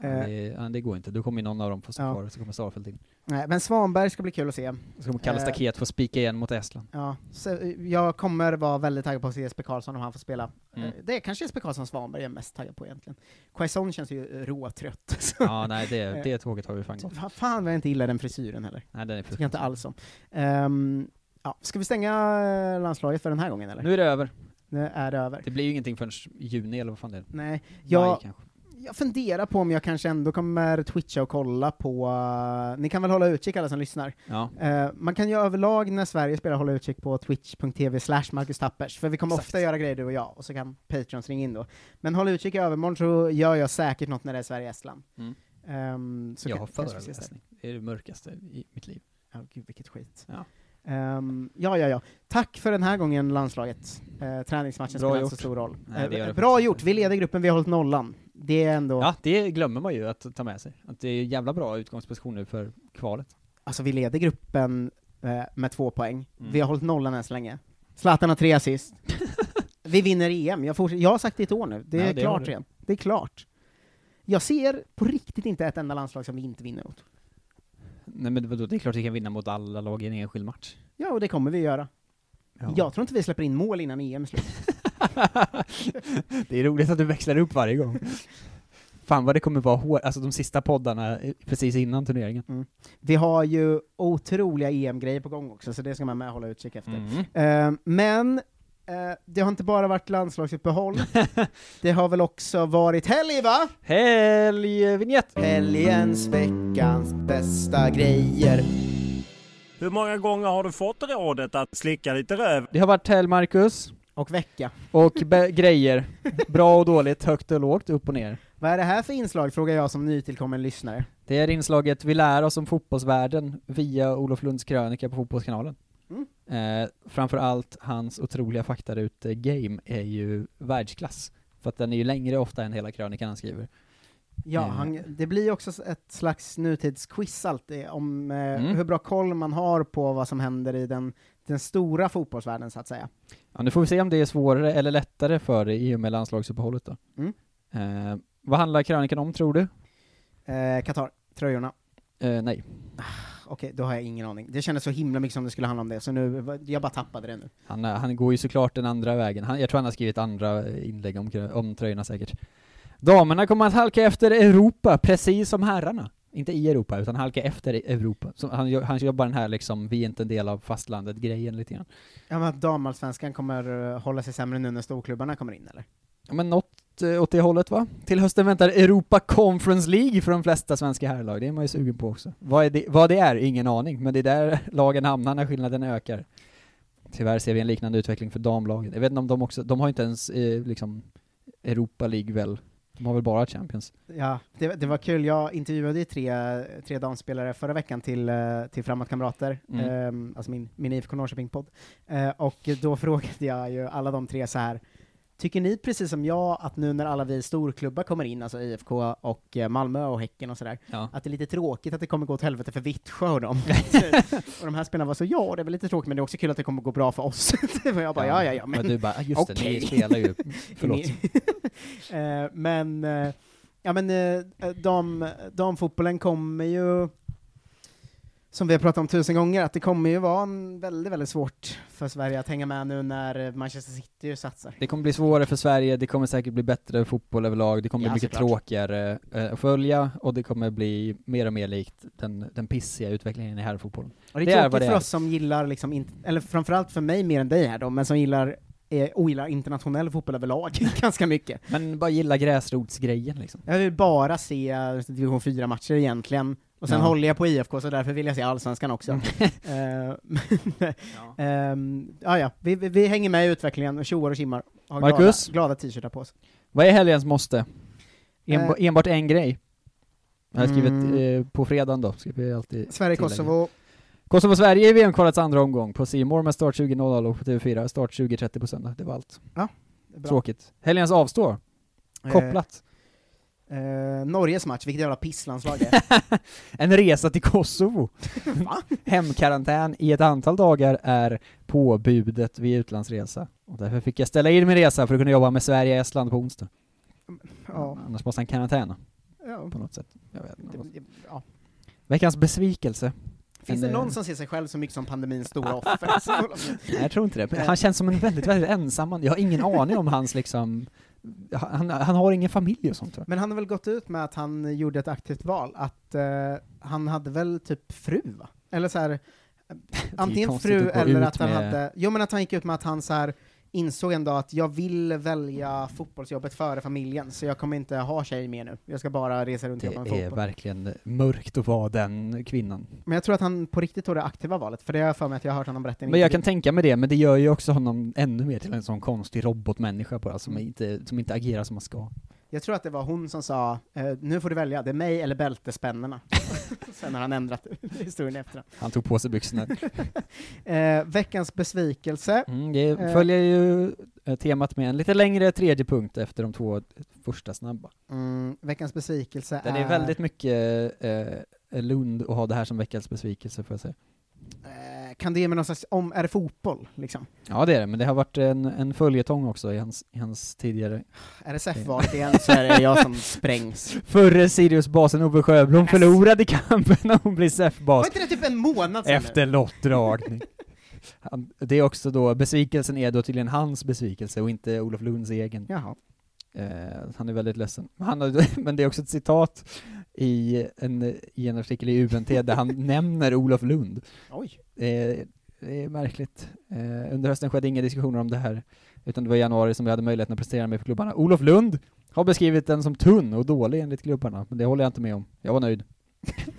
S9: Ja, det, ja, det går inte. Då kommer ju någon av dem få stå
S8: Eh. Ja.
S9: kvar, så kommer Starfelt in.
S8: Nej, men Svanberg ska bli kul att se.
S9: Så kommer Kalle
S8: Eh,
S9: Staket få spika igen mot Estland.
S8: Ja, så eh, jag kommer vara väldigt taggad på att se Jesper Karlsson om han får spela.
S9: Mm.
S8: Eh, Det är kanske Jesper Karlsson Svanberg jag är mest taggad på egentligen. Quaison känns ju eh, råtrött. Så-
S9: Ja, nej det,
S8: Eh,
S9: det tåget har vi fan gått.
S8: Fan- Fan vad jag inte gillar den frisyren heller.
S9: Nej, den är
S8: Tycker jag inte alls om. Ehm, ja, ska vi stänga eh, landslaget för den här gången eller?
S9: Nu är det över.
S8: nu är det över.
S9: Det blir ju ingenting förrän juni eller vad fan det är.
S8: Nej,
S9: Maj,
S8: jag,
S9: kanske.
S8: jag funderar på om jag kanske ändå kommer twitcha och kolla på, eh, ni kan väl hålla utkik alla som lyssnar.
S9: Ja.
S8: Eh, man kan ju överlag när Sverige spelar hålla utkik på twitch.tv slash Marcus Tappers, för vi kommer ofta göra grejer du och jag, och så kan Patreons ringa in då. Men håll utkik i övermorgon så gör jag säkert något när det är Sverige-Estland.
S9: Mm.
S8: Ehm, så
S9: jag
S8: kan-
S9: har
S8: kanske vi ses där.
S9: föreläsning. Det är det mörkaste i mitt liv.
S8: Ja, gud vilket skit.
S9: Ja.
S8: Ehm, ja, ja, ja. Tack för den här gången, landslaget. Eh, träningsmatchen
S9: Bra
S8: spelar inte så
S9: gjort.
S8: stor roll.
S9: Nej, det
S8: Eh,
S9: gör det
S8: bra gjort, vi leder gruppen, vi har hållit nollan. Det är ändå...
S9: Ja, det glömmer man ju att ta med sig. Att det är jävla bra utgångsposition nu för kvalet.
S8: Alltså vi leder gruppen eh, med två poäng,
S9: Mm.
S8: vi har hållit nollan än så länge. Zlatan har tre assist. vi vinner EM, jag, fortsätter, jag har sagt det i ett år nu, det är
S9: Ja, det har
S8: klart
S9: du.
S8: redan. Det är klart. Jag ser på riktigt inte ett enda landslag som vi inte vinner mot.
S9: Nej men vadå, det är klart vi kan vinna mot alla lag i en enskild match.
S8: Ja, och det kommer vi göra.
S9: Ja.
S8: Jag tror inte vi släpper in mål innan EM är slut.
S9: Det är roligt att du växlar upp varje gång. Fan vad det kommer vara hårt, alltså de sista poddarna eh, precis innan turneringen.
S8: Vi har ju otroliga EM-grejer på gång också, så det ska man med hålla utkik efter.
S9: Mm.
S8: Eh, men eh, det har inte bara varit landslagsuppehåll, det har väl också varit helg va?
S9: Helgvinjett!
S8: Helgens, veckans bästa grejer.
S13: Hur många gånger har du fått rådet att slicka lite röv?
S9: Det har varit helg Marcus.
S8: Och vecka.
S9: Och be- grejer. Bra och dåligt, högt och lågt, upp och ner.
S8: Vad är det här för inslag, frågar jag som nytillkommen lyssnare.
S9: Det är inslaget Vi lär oss om fotbollsvärlden via Olof Lunds krönika på Fotbollskanalen.
S8: Mm.
S9: Eh, framförallt hans otroliga faktarute Game är ju världsklass. För att den är ju längre ofta än hela krönikan han skriver.
S8: Ja,
S9: Eh,
S8: han, det blir ju också ett slags nutidsquiz alltid, om eh,
S9: Mm.
S8: hur bra koll man har på vad som händer i den, den stora fotbollsvärlden, så att säga.
S9: Ja, nu får vi se om det är svårare eller lättare för dig i och med landslagsuppehållet då.
S8: Mm.
S9: Eh, vad handlar krönikan om tror du?
S8: Eh, Qatar, tröjorna.
S9: Eh, nej.
S8: Okej, då har jag ingen aning. Det kändes så himla mycket som det skulle handla om det, så nu, jag bara tappade det nu.
S9: Han, eh, han går ju såklart den andra vägen. Han, jag tror han har skrivit andra eh, inlägg om, krö- om tröjorna säkert. Damerna kommer att halka efter Europa, precis som herrarna. Inte i Europa, utan halka efter i Europa. Så han, jo- han jobbar den här liksom, vi är inte en del av fastlandet-grejen lite grann.
S8: Ja, men att damallsvenskan kommer eh, hålla sig sämre nu när storklubbarna kommer in, eller?
S9: Ja, men något eh, åt det hållet va? Till hösten väntar Europa Conference League för de flesta svenska herrlag, det är man ju sugen på också. Vad, är det, vad det är? Ingen aning, men det är där lagen hamnar när skillnaden ökar. Tyvärr ser vi en liknande utveckling för damlagen. Jag vet inte om de också, de har ju inte ens eh, liksom Europa League väl? De har väl bara Champions?
S8: Ja, det, det var kul. Jag intervjuade ju tre, tre damspelare förra veckan till, eh, till Framåt Kamrater,
S9: Mm.
S8: ehm, alltså min, min IFK Norrköping-podd. Eh, och då frågade jag ju alla de tre så här. Tycker ni precis som jag att nu när alla vi storklubbar kommer in, alltså IFK och eh, Malmö och Häcken och sådär,
S9: Ja.
S8: att det är lite tråkigt att det kommer gå åt helvete för Vittsjö och dem? och de här spelarna var så, ja det är väl lite tråkigt men det är också kul att det kommer gå bra för oss. och jag bara, ja ja ja, men
S9: du bara, "Ah, just det,
S8: okej."
S9: ni spelar ju. Förlåt.
S8: Eh, men, eh, ja men eh, dam, damfotbollen kommer ju, som vi har pratat om tusen gånger, att det kommer ju vara en väldigt, väldigt svårt för Sverige att hänga med nu när eh, Manchester City satsar.
S9: Det kommer bli svårare för Sverige, det kommer säkert bli bättre fotboll överlag, det kommer
S8: Ja,
S9: bli mycket
S8: såklart.
S9: tråkigare eh, att följa och det kommer bli mer och mer likt den, den pissiga utvecklingen i herrfotbollen.
S8: Och det är tråkigt för oss som gillar, liksom in, eller framförallt för mig mer än dig här då, men som gillar eh, ogillar internationell fotboll överlag ganska mycket.
S9: Men bara gilla gräsrotsgrejen liksom.
S8: Jag vill bara se eh, division 4-matcher egentligen, och sen
S9: Ja. Mm.
S8: håller jag på IFK så därför vill jag se allsvenskan också. Eh, men, ehm, ja, ja. Vi, vi, vi hänger med i utvecklingen och tjoar och tjimmar. Har
S9: Marcus?
S8: Glada, glada t-shirtar på oss.
S9: Vad är helgens måste? Enb-
S8: Eh.
S9: Enbart en grej? Jag har skrivit
S8: Mm.
S9: eh, på fredagen då, ska vi alltid tillägga.
S8: Sverige-Kosovo.
S9: Kosovo-Sverige i VM-kvalets andra omgång på C More med start 20.00 och på TV4 start 20.30 på söndag. Det var allt.
S8: Ja, det är bra.
S9: Tråkigt. Helgens avstå. Kopplat.
S8: Eh, Norges match, vilket jävla pisslandslag det är.
S9: En resa till Kosovo. Hemkarantän i ett antal dagar är påbudet vid utlandsresa. Och därför fick jag ställa in min resa för att kunna jobba med Sverige och Estland på onsdag.
S8: ja.
S9: Annars måste han karantäna.
S8: Ja.
S9: På något sätt. Jag vet inte.
S8: Det- ja.
S9: Veckans besvikelse.
S8: Finns det
S9: En,
S8: någon
S9: eh,
S8: som ser sig själv så mycket som pandemins stora offer? Alltså, hålla med.
S9: Nej, jag tror inte det. Han känns som en väldigt, väldigt ensam man. Jag har ingen aning om hans liksom... Han, han har ingen familj och sånt va?
S8: Men han har väl gått ut med att han gjorde ett aktivt val, att eh, han hade väl typ fru va? Eller så här, eh, antingen
S9: konstigt
S8: fru
S9: att gå
S8: eller
S9: ut
S8: att han
S9: med-
S8: hade, jo men att han gick ut med att han så här insåg en dag att jag vill välja fotbollsjobbet före familjen, så jag kommer inte ha tjej med nu. Jag ska bara resa runt och
S9: Det
S8: jobba med
S9: är
S8: fotboll.
S9: verkligen mörkt att vara den kvinnan.
S8: Men jag tror att han på riktigt tog det aktiva valet, för det har jag för mig att jag har hört honom berätta i en
S9: Men jag
S8: intervju.
S9: kan tänka mig det, men det gör ju också honom ännu mer till en sån konstig robotmänniska bara, som inte, som inte agerar som man ska.
S8: Jag tror att det var hon som sa, eh, nu får du välja, det är mig eller bältespännena. Sen har han ändrat historien efter.
S9: Han tog på sig byxorna.
S8: Eh, veckans besvikelse.
S9: Mm, det
S8: Eh,
S9: följer ju eh, temat med en lite längre tredje punkt efter de två första snabba.
S8: Mm, veckans besvikelse
S9: Den är väldigt mycket eh, Lund och ha det här som veckans besvikelse får jag säga.
S8: eh, kan det ge mig någon slags, om, är det fotboll liksom?
S9: Ja det är det, men det har varit en, en följetong också i hans, i hans tidigare...
S8: RSF-valet igen så är det jag som sprängs.
S9: Förre Sirius-basen Ove Sjöblom förlorade kampen när hon blev
S8: Var
S9: SEF-bas
S8: inte det typ en månad sedan
S9: efter lottdragning. Alltså, Han, det är också då, besvikelsen är då tydligen hans besvikelse och inte Olof Lunds egen.
S8: Jaha.
S9: Eh, han är väldigt ledsen. Men Han har, men det är också ett citat i en, i en artikel i UNT där han nämner Olof Lund.
S8: Oj.
S9: Eh, det är märkligt. Eh, under hösten skedde inga diskussioner om det här, utan det var i januari som vi hade möjligheten att prestera med för klubbarna. Olof Lund har beskrivit den som tunn och dålig enligt klubbarna, men det håller jag inte med om. Jag var nöjd.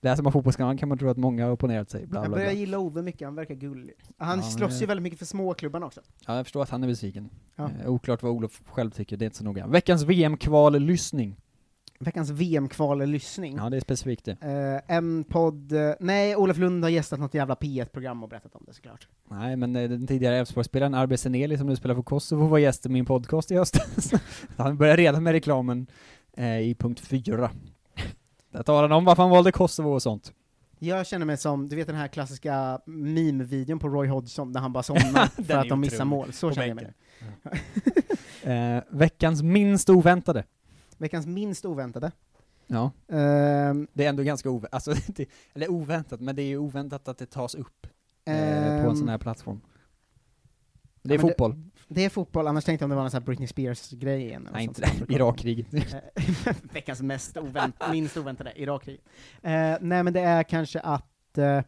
S9: Läser man fotbollskanalen kan man tro att många har opponerat sig. Bla,
S8: Jag
S9: bla,
S8: börjar
S9: bla.
S8: gilla Ove mycket, han verkar gullig. Han
S9: Ja,
S8: slåss
S9: men-
S8: ju väldigt mycket för småklubbarna också.
S9: Ja, jag förstår att han är besviken.
S8: Ja.
S9: Eh, oklart vad Olof själv tycker, det är inte så noga. Veckans VM-kval-lyssning.
S8: Mm. Veckans VM-kval-lyssning.
S9: Ja, det är specifikt det.
S8: Eh, en podd, eh, nej, Olof Lund har gästat något jävla P1-program och berättat om det såklart.
S9: Nej, men eh, den tidigare Elfsborgsspelaren Arbe Seneli som nu spelar för Kosovo var gäst i min podcast i höstas. han börjar redan med reklamen eh, i punkt fyra. Där talar han om varför han valde Kosovo och sånt.
S8: Jag känner mig som, du vet den här klassiska meme-videon på Roy Hodgson där han bara somnar för
S9: Den är
S8: att de missar
S9: otrolig.
S8: mål. Så
S9: På
S8: känner jag mig nu.
S9: bänken. Eh, veckans minst oväntade.
S8: Veckans minst oväntade.
S9: Ja.
S8: Ehm,
S9: Det är ändå ganska oväntat, alltså, det- eller oväntat, men det är ju oväntat att det tas upp eh, på
S8: Ehm.
S9: en sån här plattform. Det är
S8: ja, men
S9: fotboll.
S8: Det, det är fotboll, annars tänkte jag om det var någon sån här Britney Spears-grej igen. eller
S9: Nej,
S8: sånt
S9: inte det.
S8: där afrikanskt.
S9: Irakkriget.
S8: Eh, Veckans mest ovänt, minst oväntade, Irakkriget. Eh, nej, men det är kanske att eh,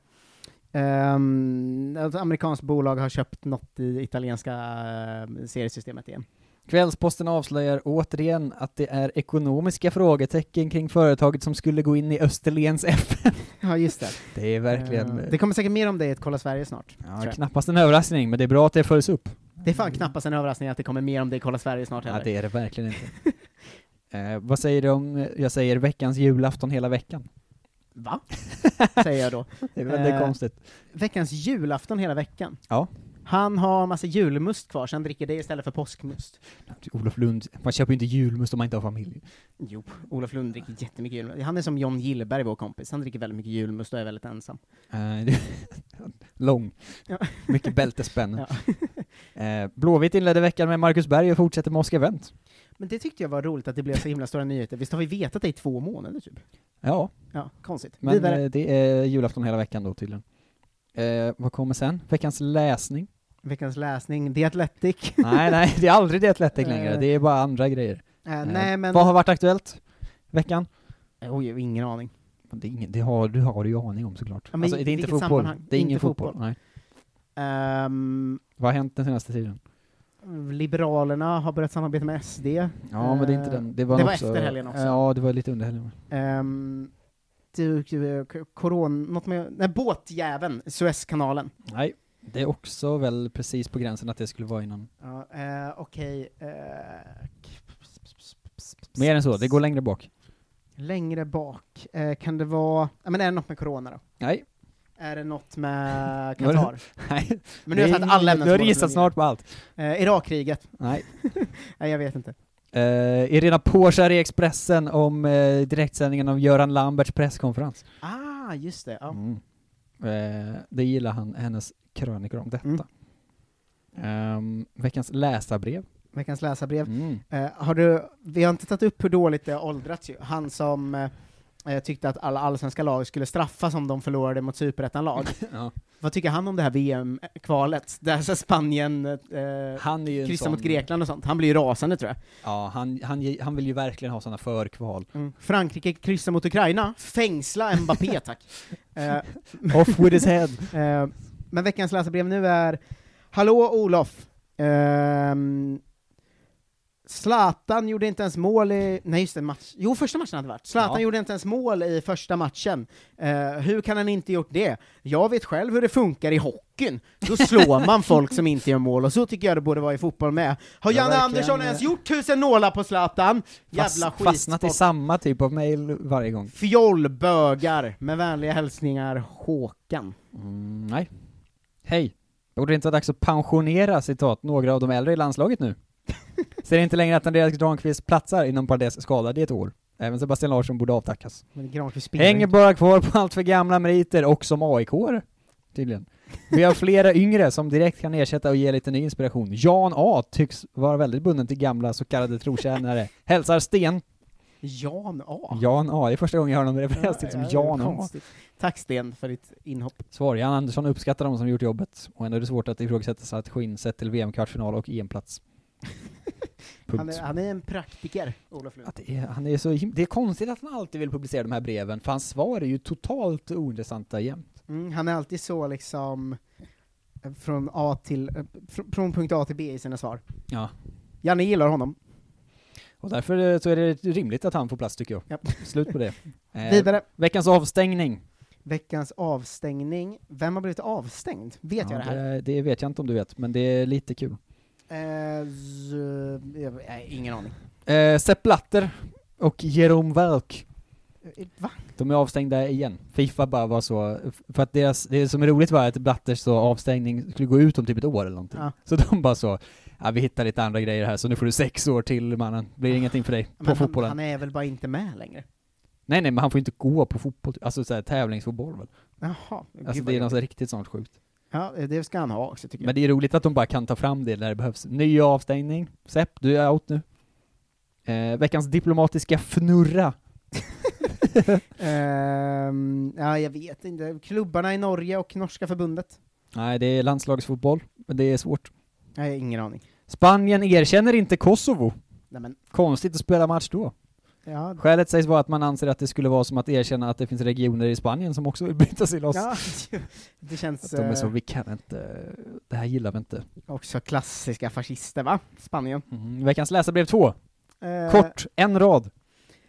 S8: ehm, ett amerikanskt bolag har köpt något i italienska eh, seriesystemet igen.
S9: Kvällsposten avslöjar återigen att det är ekonomiska frågetecken kring företaget som skulle gå in i Österlens FN.
S8: Ja, just det.
S9: Det är verkligen...
S8: Eh, det kommer säkert mer om det i ett Kolla Sverige snart. tror
S9: ja,
S8: jag.
S9: knappast en överraskning, men det är bra att det följs upp.
S8: Det är fan knappast en överraskning att det kommer mer om det i Kolla Sverige snart
S9: Ja,
S8: heller.
S9: det är det verkligen inte. eh, vad säger du om eh, jag säger veckans julafton hela veckan?
S8: Va? Säger jag då.
S9: Det är väldigt
S8: Eh,
S9: konstigt.
S8: Veckans julafton hela veckan.
S9: Ja.
S8: Han har massa julmust kvar, så han dricker det istället för påskmust.
S9: Olof Lund, man köper ju inte julmust om man inte har familj.
S8: Jo, Olof Lund dricker jättemycket julmust. Han är som John Gillberg, vår kompis. Han dricker väldigt mycket julmust och är väldigt ensam.
S9: Eh, det- lång.
S8: Ja.
S9: Mycket bältespänn.
S8: Ja.
S9: eh, Blåvitt inledde veckan med Marcus Berg och fortsätter med Oscar Wendt.
S8: Men det tyckte jag var roligt att det blev så himla stora nyheter. Visst har vi vetat det i två månader, typ?
S9: Ja,
S8: Ja, konstigt.
S9: Men
S8: Vidare.
S9: eh, det är julafton hela veckan då tydligen. Eh, vad kommer sen? Veckans läsning?
S8: Veckans läsning, The Athletic.
S9: nej, nej, det är aldrig det Athletic
S8: Eh.
S9: längre. Det är bara andra grejer.
S8: Eh,
S9: Eh,
S8: nej, men...
S9: Vad har varit aktuellt veckan?
S8: Oj, ingen aning.
S9: Det, är ingen, det, har, du har du ju aning om såklart.
S8: Ja, men
S9: alltså,
S8: i
S9: det är inte
S8: vilket
S9: fotboll.
S8: sammanhang?
S9: Det är
S8: Inte
S9: ingen fotboll.
S8: fotboll.
S9: Nej.
S8: Ehm,
S9: Vad har hänt den senaste tiden?
S8: Liberalerna har börjat samarbeta med SD.
S9: Ja, men det är inte den. Det var,
S8: Eh, det var
S9: också,
S8: efter helgen också.
S9: Ja, det var lite under helgen.
S8: Ehm, du, du, eh, k- koron, något med, nej, båtjäveln, Suezkanalen.
S9: Nej, det är också väl precis på gränsen att det skulle vara innan.
S8: Ja, eh, Okej, eh,
S9: Mer än så, det går längre bak.
S8: längre bak, eh, kan det vara, ja, men är det något med corona då?
S9: Nej.
S8: Är det något med
S9: Nu har du-
S8: Qatar?
S9: Nej.
S8: Men nu har jag
S9: Det
S8: satt
S9: är
S8: alla
S9: inget-
S8: ämnen
S9: Du har
S8: som
S9: gissat
S8: håller
S9: snart på allt.
S8: mig nere. Eh, Irakkriget?
S9: Nej.
S8: nej, jag vet inte.
S9: Eh, Irena Porsche i Expressen om eh, direktsändningen av Göran Lamberts presskonferens.
S8: Ah, just det. Ja.
S9: Mm. Eh, det gillar han, hennes krönikor om detta.
S8: Mm.
S9: Ehm, veckans läsarbrev.
S8: Veckans läsarbrev.
S9: Mm.
S8: Eh, har du, vi har inte tagit upp hur dåligt det har åldrats ju. Han som eh, eh, tyckte att alla allsvenska lag skulle straffas om de förlorade mot superettan-lag.
S9: Ja.
S8: Vad tycker han om det här VM-kvalet? Där så Spanien eh,
S9: Han är ju en
S8: kryssar
S9: sån-
S8: mot Grekland och sånt. Han blir ju rasande tror jag.
S9: Ja, han, han, han vill ju verkligen ha sådana förkval.
S8: Frankrike kryssar mot Ukraina. Fängsla Mbappé tack. Eh,
S9: Off with his head.
S8: eh, men veckans läsarbrev nu är Hallå Olof! Eh, Ehm, Zlatan gjorde inte ens mål i... Nej, just det, match. Jo, första matchen hade det varit. Zlatan
S9: Ja.
S8: gjorde inte ens mål i första matchen. Eh, hur kan han inte gjort det? Jag vet själv hur det funkar i hockeyn. Då slår man folk som inte gör mål, och så tycker jag det borde vara i fotboll med. Har
S9: Ja,
S8: Janne
S9: verkligen,
S8: Andersson
S9: eh,
S8: ens gjort tusen nålar på Zlatan? Jävla
S9: Fast, fastnat i
S8: skitsport.
S9: samma typ av mail varje gång.
S8: Fjollbögar. Med vänliga hälsningar, Håkan.
S9: Mm, nej. Hej. Borde det inte vara dags att pensionera, citat, några av de äldre i landslaget nu? Ser inte längre att Andreas Granqvist platsar inom parentes skadad i ett år. Även Sebastian Larsson borde avtackas.
S8: Men Granqvist spelar
S9: Hänger
S8: inte.
S9: bara kvar på allt för gamla meriter och som aik tydligen. Vi har flera yngre som direkt kan ersätta och ge lite ny inspiration. Jan A tycks vara väldigt bunden till gamla så kallade trotjänare. Hälsar Sten.
S8: Jan A.
S9: Jan A, det är första gången jag hör någon referens till som
S8: Ja,
S9: Jan
S8: det är
S9: A.
S8: konstigt. Tack Sten för ditt inhopp.
S9: Svar, Jan Andersson uppskattar de som gjort jobbet och ändå är det svårt att ifrågasätta strategin sett till VM-kvartsfinal och EM-plats. Punkt.
S8: Han är, han är en praktiker, Olof Lund.
S9: Det är- Han är så him- det är konstigt att han alltid vill publicera de här breven, för hans svar är ju totalt ointressanta jämt.
S8: Mm, han är alltid så liksom, eh, från, A till, eh, fr- från punkt A till B i sina svar.
S9: Ja.
S8: Janne gillar honom.
S9: Och därför eh, så är det rimligt att han får plats tycker jag. Slut på det. Eh,
S8: Vidare.
S9: Veckans avstängning.
S8: Veckans avstängning. Vem har blivit avstängd? Vet
S9: Ja,
S8: jag det här?
S9: Det, det vet jag inte om du vet, men det är lite kul.
S8: Eh, z- jag, nej, ingen aning.
S9: Eh, Sepp Blatter och Jerome Valk.
S8: Eh, Va?
S9: De är avstängda igen. Fifa bara var så, för att deras, det som är roligt var att Blatters så avstängning skulle gå ut om typ ett år eller någonting.
S8: Ja.
S9: Så de bara så, ja vi hittar lite andra grejer här så nu får du sex år till mannen, blir ingenting för dig på
S8: Men han,
S9: fotbollen.
S8: han är väl bara inte med längre?
S9: Nej nej men han får inte gå på fotboll, alltså så här, tävlingsfotboll väl?
S8: Jaha.
S9: Alltså
S8: Gud,
S9: det är
S8: vad
S9: något så här riktigt sånt sjukt.
S8: Ja, eh, det ska han ha också tycker jag.
S9: Men det är roligt att de bara kan ta fram det när det behövs. Ny avstängning. Sepp, du är out nu. Eh, veckans diplomatiska fnurra.
S8: Ehm, ja, jag vet inte. Klubbarna i Norge och norska förbundet?
S9: Nej, det är landslagsfotboll, men det är svårt.
S8: Nej, ingen aning.
S9: Spanien erkänner inte Kosovo.
S8: Nej, men,
S9: Konstigt att spela match då.
S8: ja.
S9: Skälet sägs vara att man anser att det skulle vara som att erkänna att det finns regioner i Spanien som också vill bryta sig loss.
S8: Ja, det känns...
S9: Att de är så,
S8: eh,
S9: vi kan inte, det här gillar vi inte.
S8: Också klassiska fascister, va? Spanien.
S9: Mhm. Veckans läsarbrev två.
S8: Eh,
S9: Kort, en rad.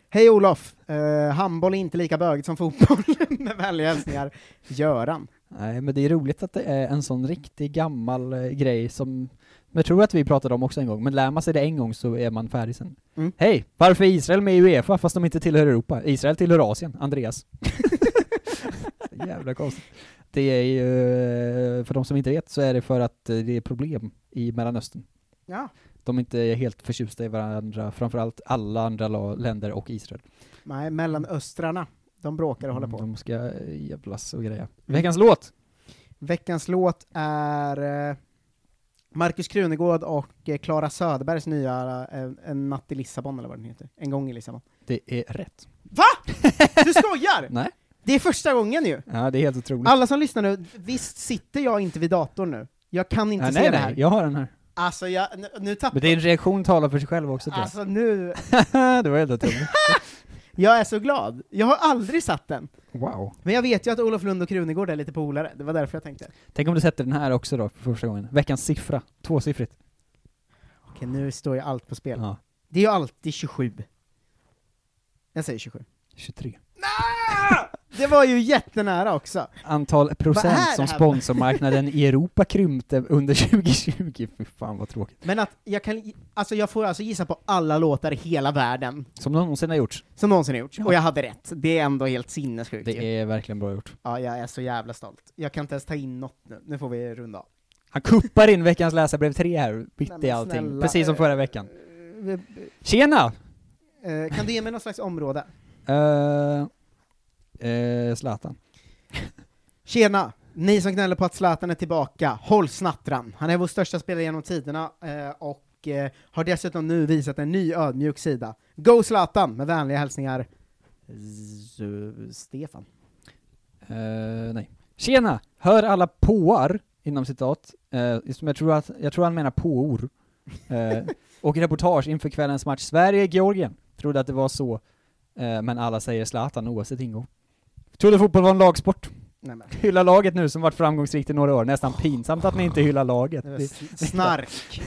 S8: Hej Olof! Eh, handboll är inte lika bögigt som fotboll, med vänliga hälsningar. Göran.
S9: Nej, men det är roligt att det är en sån riktig gammal eh, grej som, men jag tror att vi pratade om också en gång, men lär man sig det en gång så är man färdig sen.
S8: Mm.
S9: Hej! Varför är Israel med i Uefa fast de inte tillhör Europa? Israel tillhör Asien, Andreas. Jävla konstigt. Det är ju, eh, för de som inte vet så är det för att eh, det är problem i Mellanöstern.
S8: Ja.
S9: De är inte helt förtjusta i varandra, framförallt alla andra la- länder och Israel.
S8: Nej, mellanöstrarna. De bråkar och håller på. Mm.
S9: De ska eh, jävlas och greja. Veckans låt!
S8: Veckans låt är eh, Markus Krunegård och eh, Klara Söderbergs nya eh, En natt i Lissabon, eller vad den heter. En gång i Lissabon.
S9: Det är rätt.
S8: Va? Du skojar?
S9: Nej.
S8: Det är första gången ju!
S9: Ja, det är helt otroligt.
S8: Alla som lyssnar nu, visst sitter jag inte vid datorn nu? Jag kan inte
S9: Ja,
S8: se
S9: nej,
S8: det
S9: nej,
S8: här.
S9: jag har den här.
S8: Alltså, jag, nu, nu tappar
S9: Men din reaktion talar för sig själv också tror jag.
S8: Alltså nu,
S9: det var helt otroligt.
S8: jag är så glad. Jag har aldrig satt den.
S9: Wow.
S8: Men jag vet ju att Olof Lund och Krunegård är lite polare, det var därför jag tänkte.
S9: Tänk om du sätter den här också då, för första gången. Veckans siffra. Tvåsiffrigt.
S8: Okej, nu står ju allt på spel.
S9: Ja.
S8: Det är ju alltid 27. Jag säger 27.
S9: 23.
S8: Det var ju jättenära också.
S9: Antal
S8: Vad är
S9: procent
S8: det
S9: som
S8: här?
S9: sponsormarknaden i Europa krympte under 2020. Fy fan vad tråkigt.
S8: Men att jag kan, alltså jag får alltså gissa på alla låtar i hela världen
S9: Som någonsin har gjorts.
S8: som någonsin har gjorts, och jag hade rätt. Det är ändå helt sinnessjukt ju.
S9: Det är verkligen bra gjort.
S8: Ja, jag är så jävla stolt. Jag kan inte ens ta in något nu. Nu får vi runda av.
S9: Han kuppar in veckans läsarbrev 3 här,
S8: Nej,
S9: mitt i
S8: men
S9: allting.
S8: snälla,
S9: Precis som
S8: eh,
S9: förra veckan. Tjena!
S8: Eh, Kan du ge mig något slags område?
S9: Eh, eh, Zlatan.
S8: Tjena! Ni som gnäller på att Zlatan är tillbaka, håll snattran. Han är vår största spelare genom tiderna eh, och eh, har dessutom nu visat en ny ödmjuk sida. Go Zlatan! Med vänliga hälsningar, Z- Stefan.
S9: Eh, nej. Tjena! Hör alla påar, inom citat, eh, som jag tror, att, jag tror han menar påor, eh, och reportage inför kvällens match Sverige-Georgien. Trodde att det var så, eh, men alla säger Zlatan oavsett ingång. Trodde fotboll var en lagsport.
S8: Nej, men.
S9: Hylla laget nu som varit framgångsrikt i några år, nästan pinsamt att ni inte hyllar laget.
S8: Det var s- snark.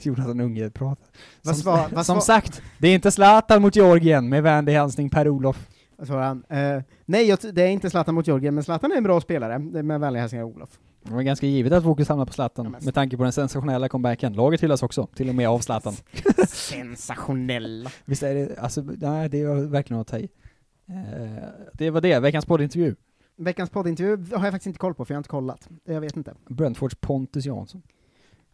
S9: Jonathan Unge pratar. Som,
S8: Vad svar- vad
S9: som
S8: svar-
S9: sagt, det är inte Zlatan mot Georgien med vänlig hälsning Per-Olof.
S8: Vad svarar han? Eh, nej, jag, t- det är inte Zlatan mot Georgien, men Zlatan är en bra spelare. Det är Med vänliga hälsningar Olof.
S9: Det var ganska givet att fokus hamnade på Zlatan, med tanke på den sensationella comebacken. Laget hyllas också, till och med av Zlatan.
S8: Sensationella.
S9: Visst är det, alltså, nej det var verkligen att ta i. Eh, Det var det, veckans poddintervju.
S8: Veckans poddintervju har jag faktiskt inte koll på, för jag har inte kollat. Jag vet inte.
S9: Brentfords Pontus Jansson.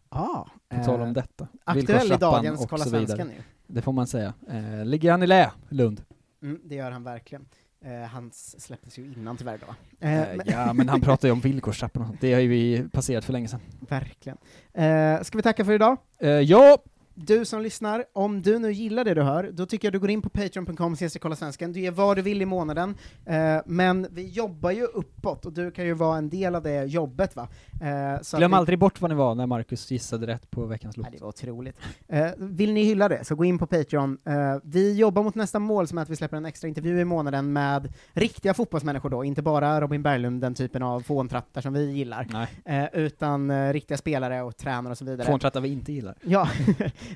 S8: Ah,
S9: På tal om detta.
S8: Aktuell i
S9: Villkorstrappan
S8: dagens
S9: och
S8: Kolla
S9: så vidare.
S8: Svenskan ju.
S9: Det får man säga. Eh, ligger han i lä, Lund?
S8: Mm, det gör han verkligen. Eh, hans släpptes ju innan tyvärr då. Eh,
S9: Eh, ja, men han pratar ju om villkorstrappan och sånt. Det har ju vi passerat för länge sedan. Eh,
S8: Verkligen. Eh, ska vi tacka för idag?
S9: ja!
S8: Du som lyssnar, om du nu gillar det du hör, då tycker jag du går in på patreon.com kolla svenskan. Du ger vad du vill i månaden, eh, men vi jobbar ju uppåt och du kan ju vara en del av det jobbet va? Eh, så att
S9: Glöm
S8: vi-
S9: aldrig bort vad ni var när Marcus gissade rätt på veckans låt.
S8: Nej, det var otroligt. Eh, vill ni hylla det, så gå in på Patreon. Eh, vi jobbar mot nästa mål som är att vi släpper en extra intervju i månaden med riktiga fotbollsmänniskor då, inte bara Robin Berglund, den typen av fåntrattar som vi gillar, Eh, utan eh, riktiga spelare och tränare och så vidare.
S9: Fåntrattar vi inte gillar.
S8: Ja,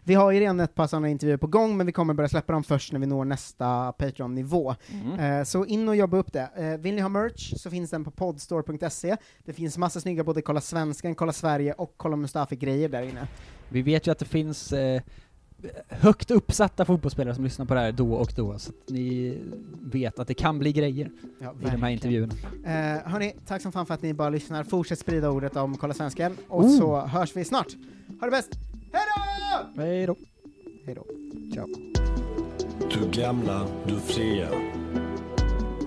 S8: vi har ju redan ett par sådana intervjuer på gång, men vi kommer börja släppa dem först när vi når nästa Patreon-nivå. Eh, så in och jobba upp det. Eh, vill ni ha merch så finns den på podstore.se. Det finns massa snygga både Kolla Svenskan, Kolla Sverige och Kolla Mustafi-grejer där inne.
S9: Vi vet ju att det finns eh, högt uppsatta fotbollsspelare som lyssnar på det här då och då, så att ni vet att det kan bli grejer
S8: Ja,
S9: i de här
S8: verkligen.
S9: intervjuerna.
S8: Eh, hörni, tack som fan för att ni bara lyssnar. Fortsätt sprida ordet om Kolla Svenskan, och
S9: Oh.
S8: så hörs vi snart. Ha det bäst! Hej
S9: då! Hej då!
S8: Hej då. Ciao.
S14: Du gamla, du fria.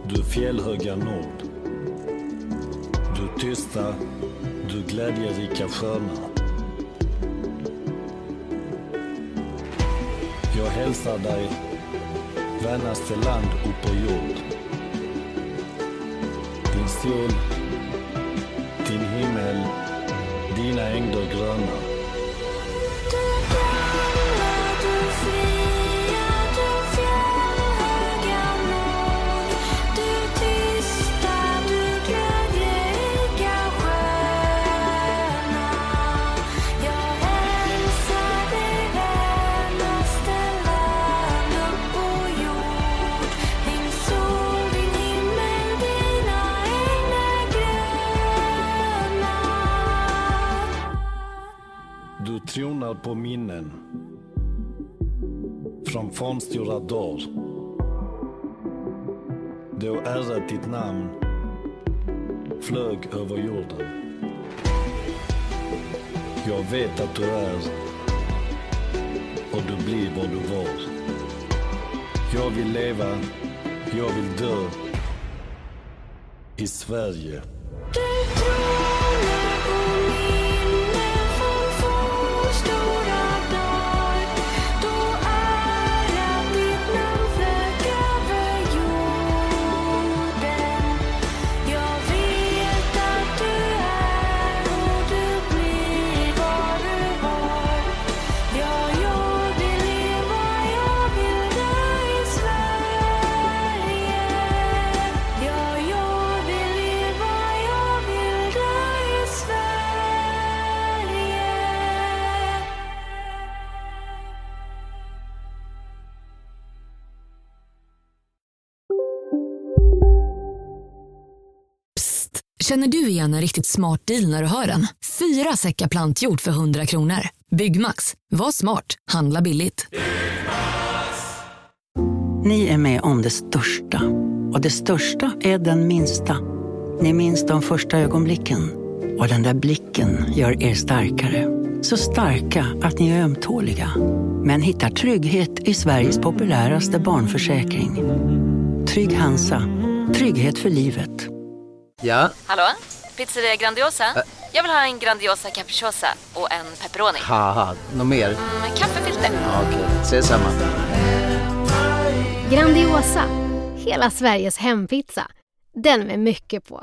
S14: Du fjällhöga nord. Du tysta, du glädjerika sköna. Jag hälsar dig, vänaste land upp på jord. Din sol, din himmel, dina ängder gröna. Du tronar på minnen. Från fornstora dagar. Då ärat ditt namn flög över jorden. Jag vet att du är och du blir vad du var. Jag vill leva, jag vill dö i Sverige.
S15: Sverige
S16: Känner du igen en riktigt smart deal när du hör den? Fyra säckar plantjord för 100 kronor. Byggmax, var smart, handla billigt.
S17: Ni är med om det största. Och det största är den minsta. Ni minns de första ögonblicken. Och den där blicken gör er starkare. Så starka att ni är ömtåliga. Men hittar trygghet i Sveriges populäraste barnförsäkring. Trygg Hansa. Trygghet för livet.
S18: Ja,
S19: Hallå? Pizzeria Grandiosa? Jag vill ha en Grandiosa capriciosa och en pepperoni.
S18: haha, något mer?
S19: Med kaffefilter.
S18: Ja, Okej, ses samma.
S20: Grandiosa, hela Sveriges hempizza. Den med mycket på.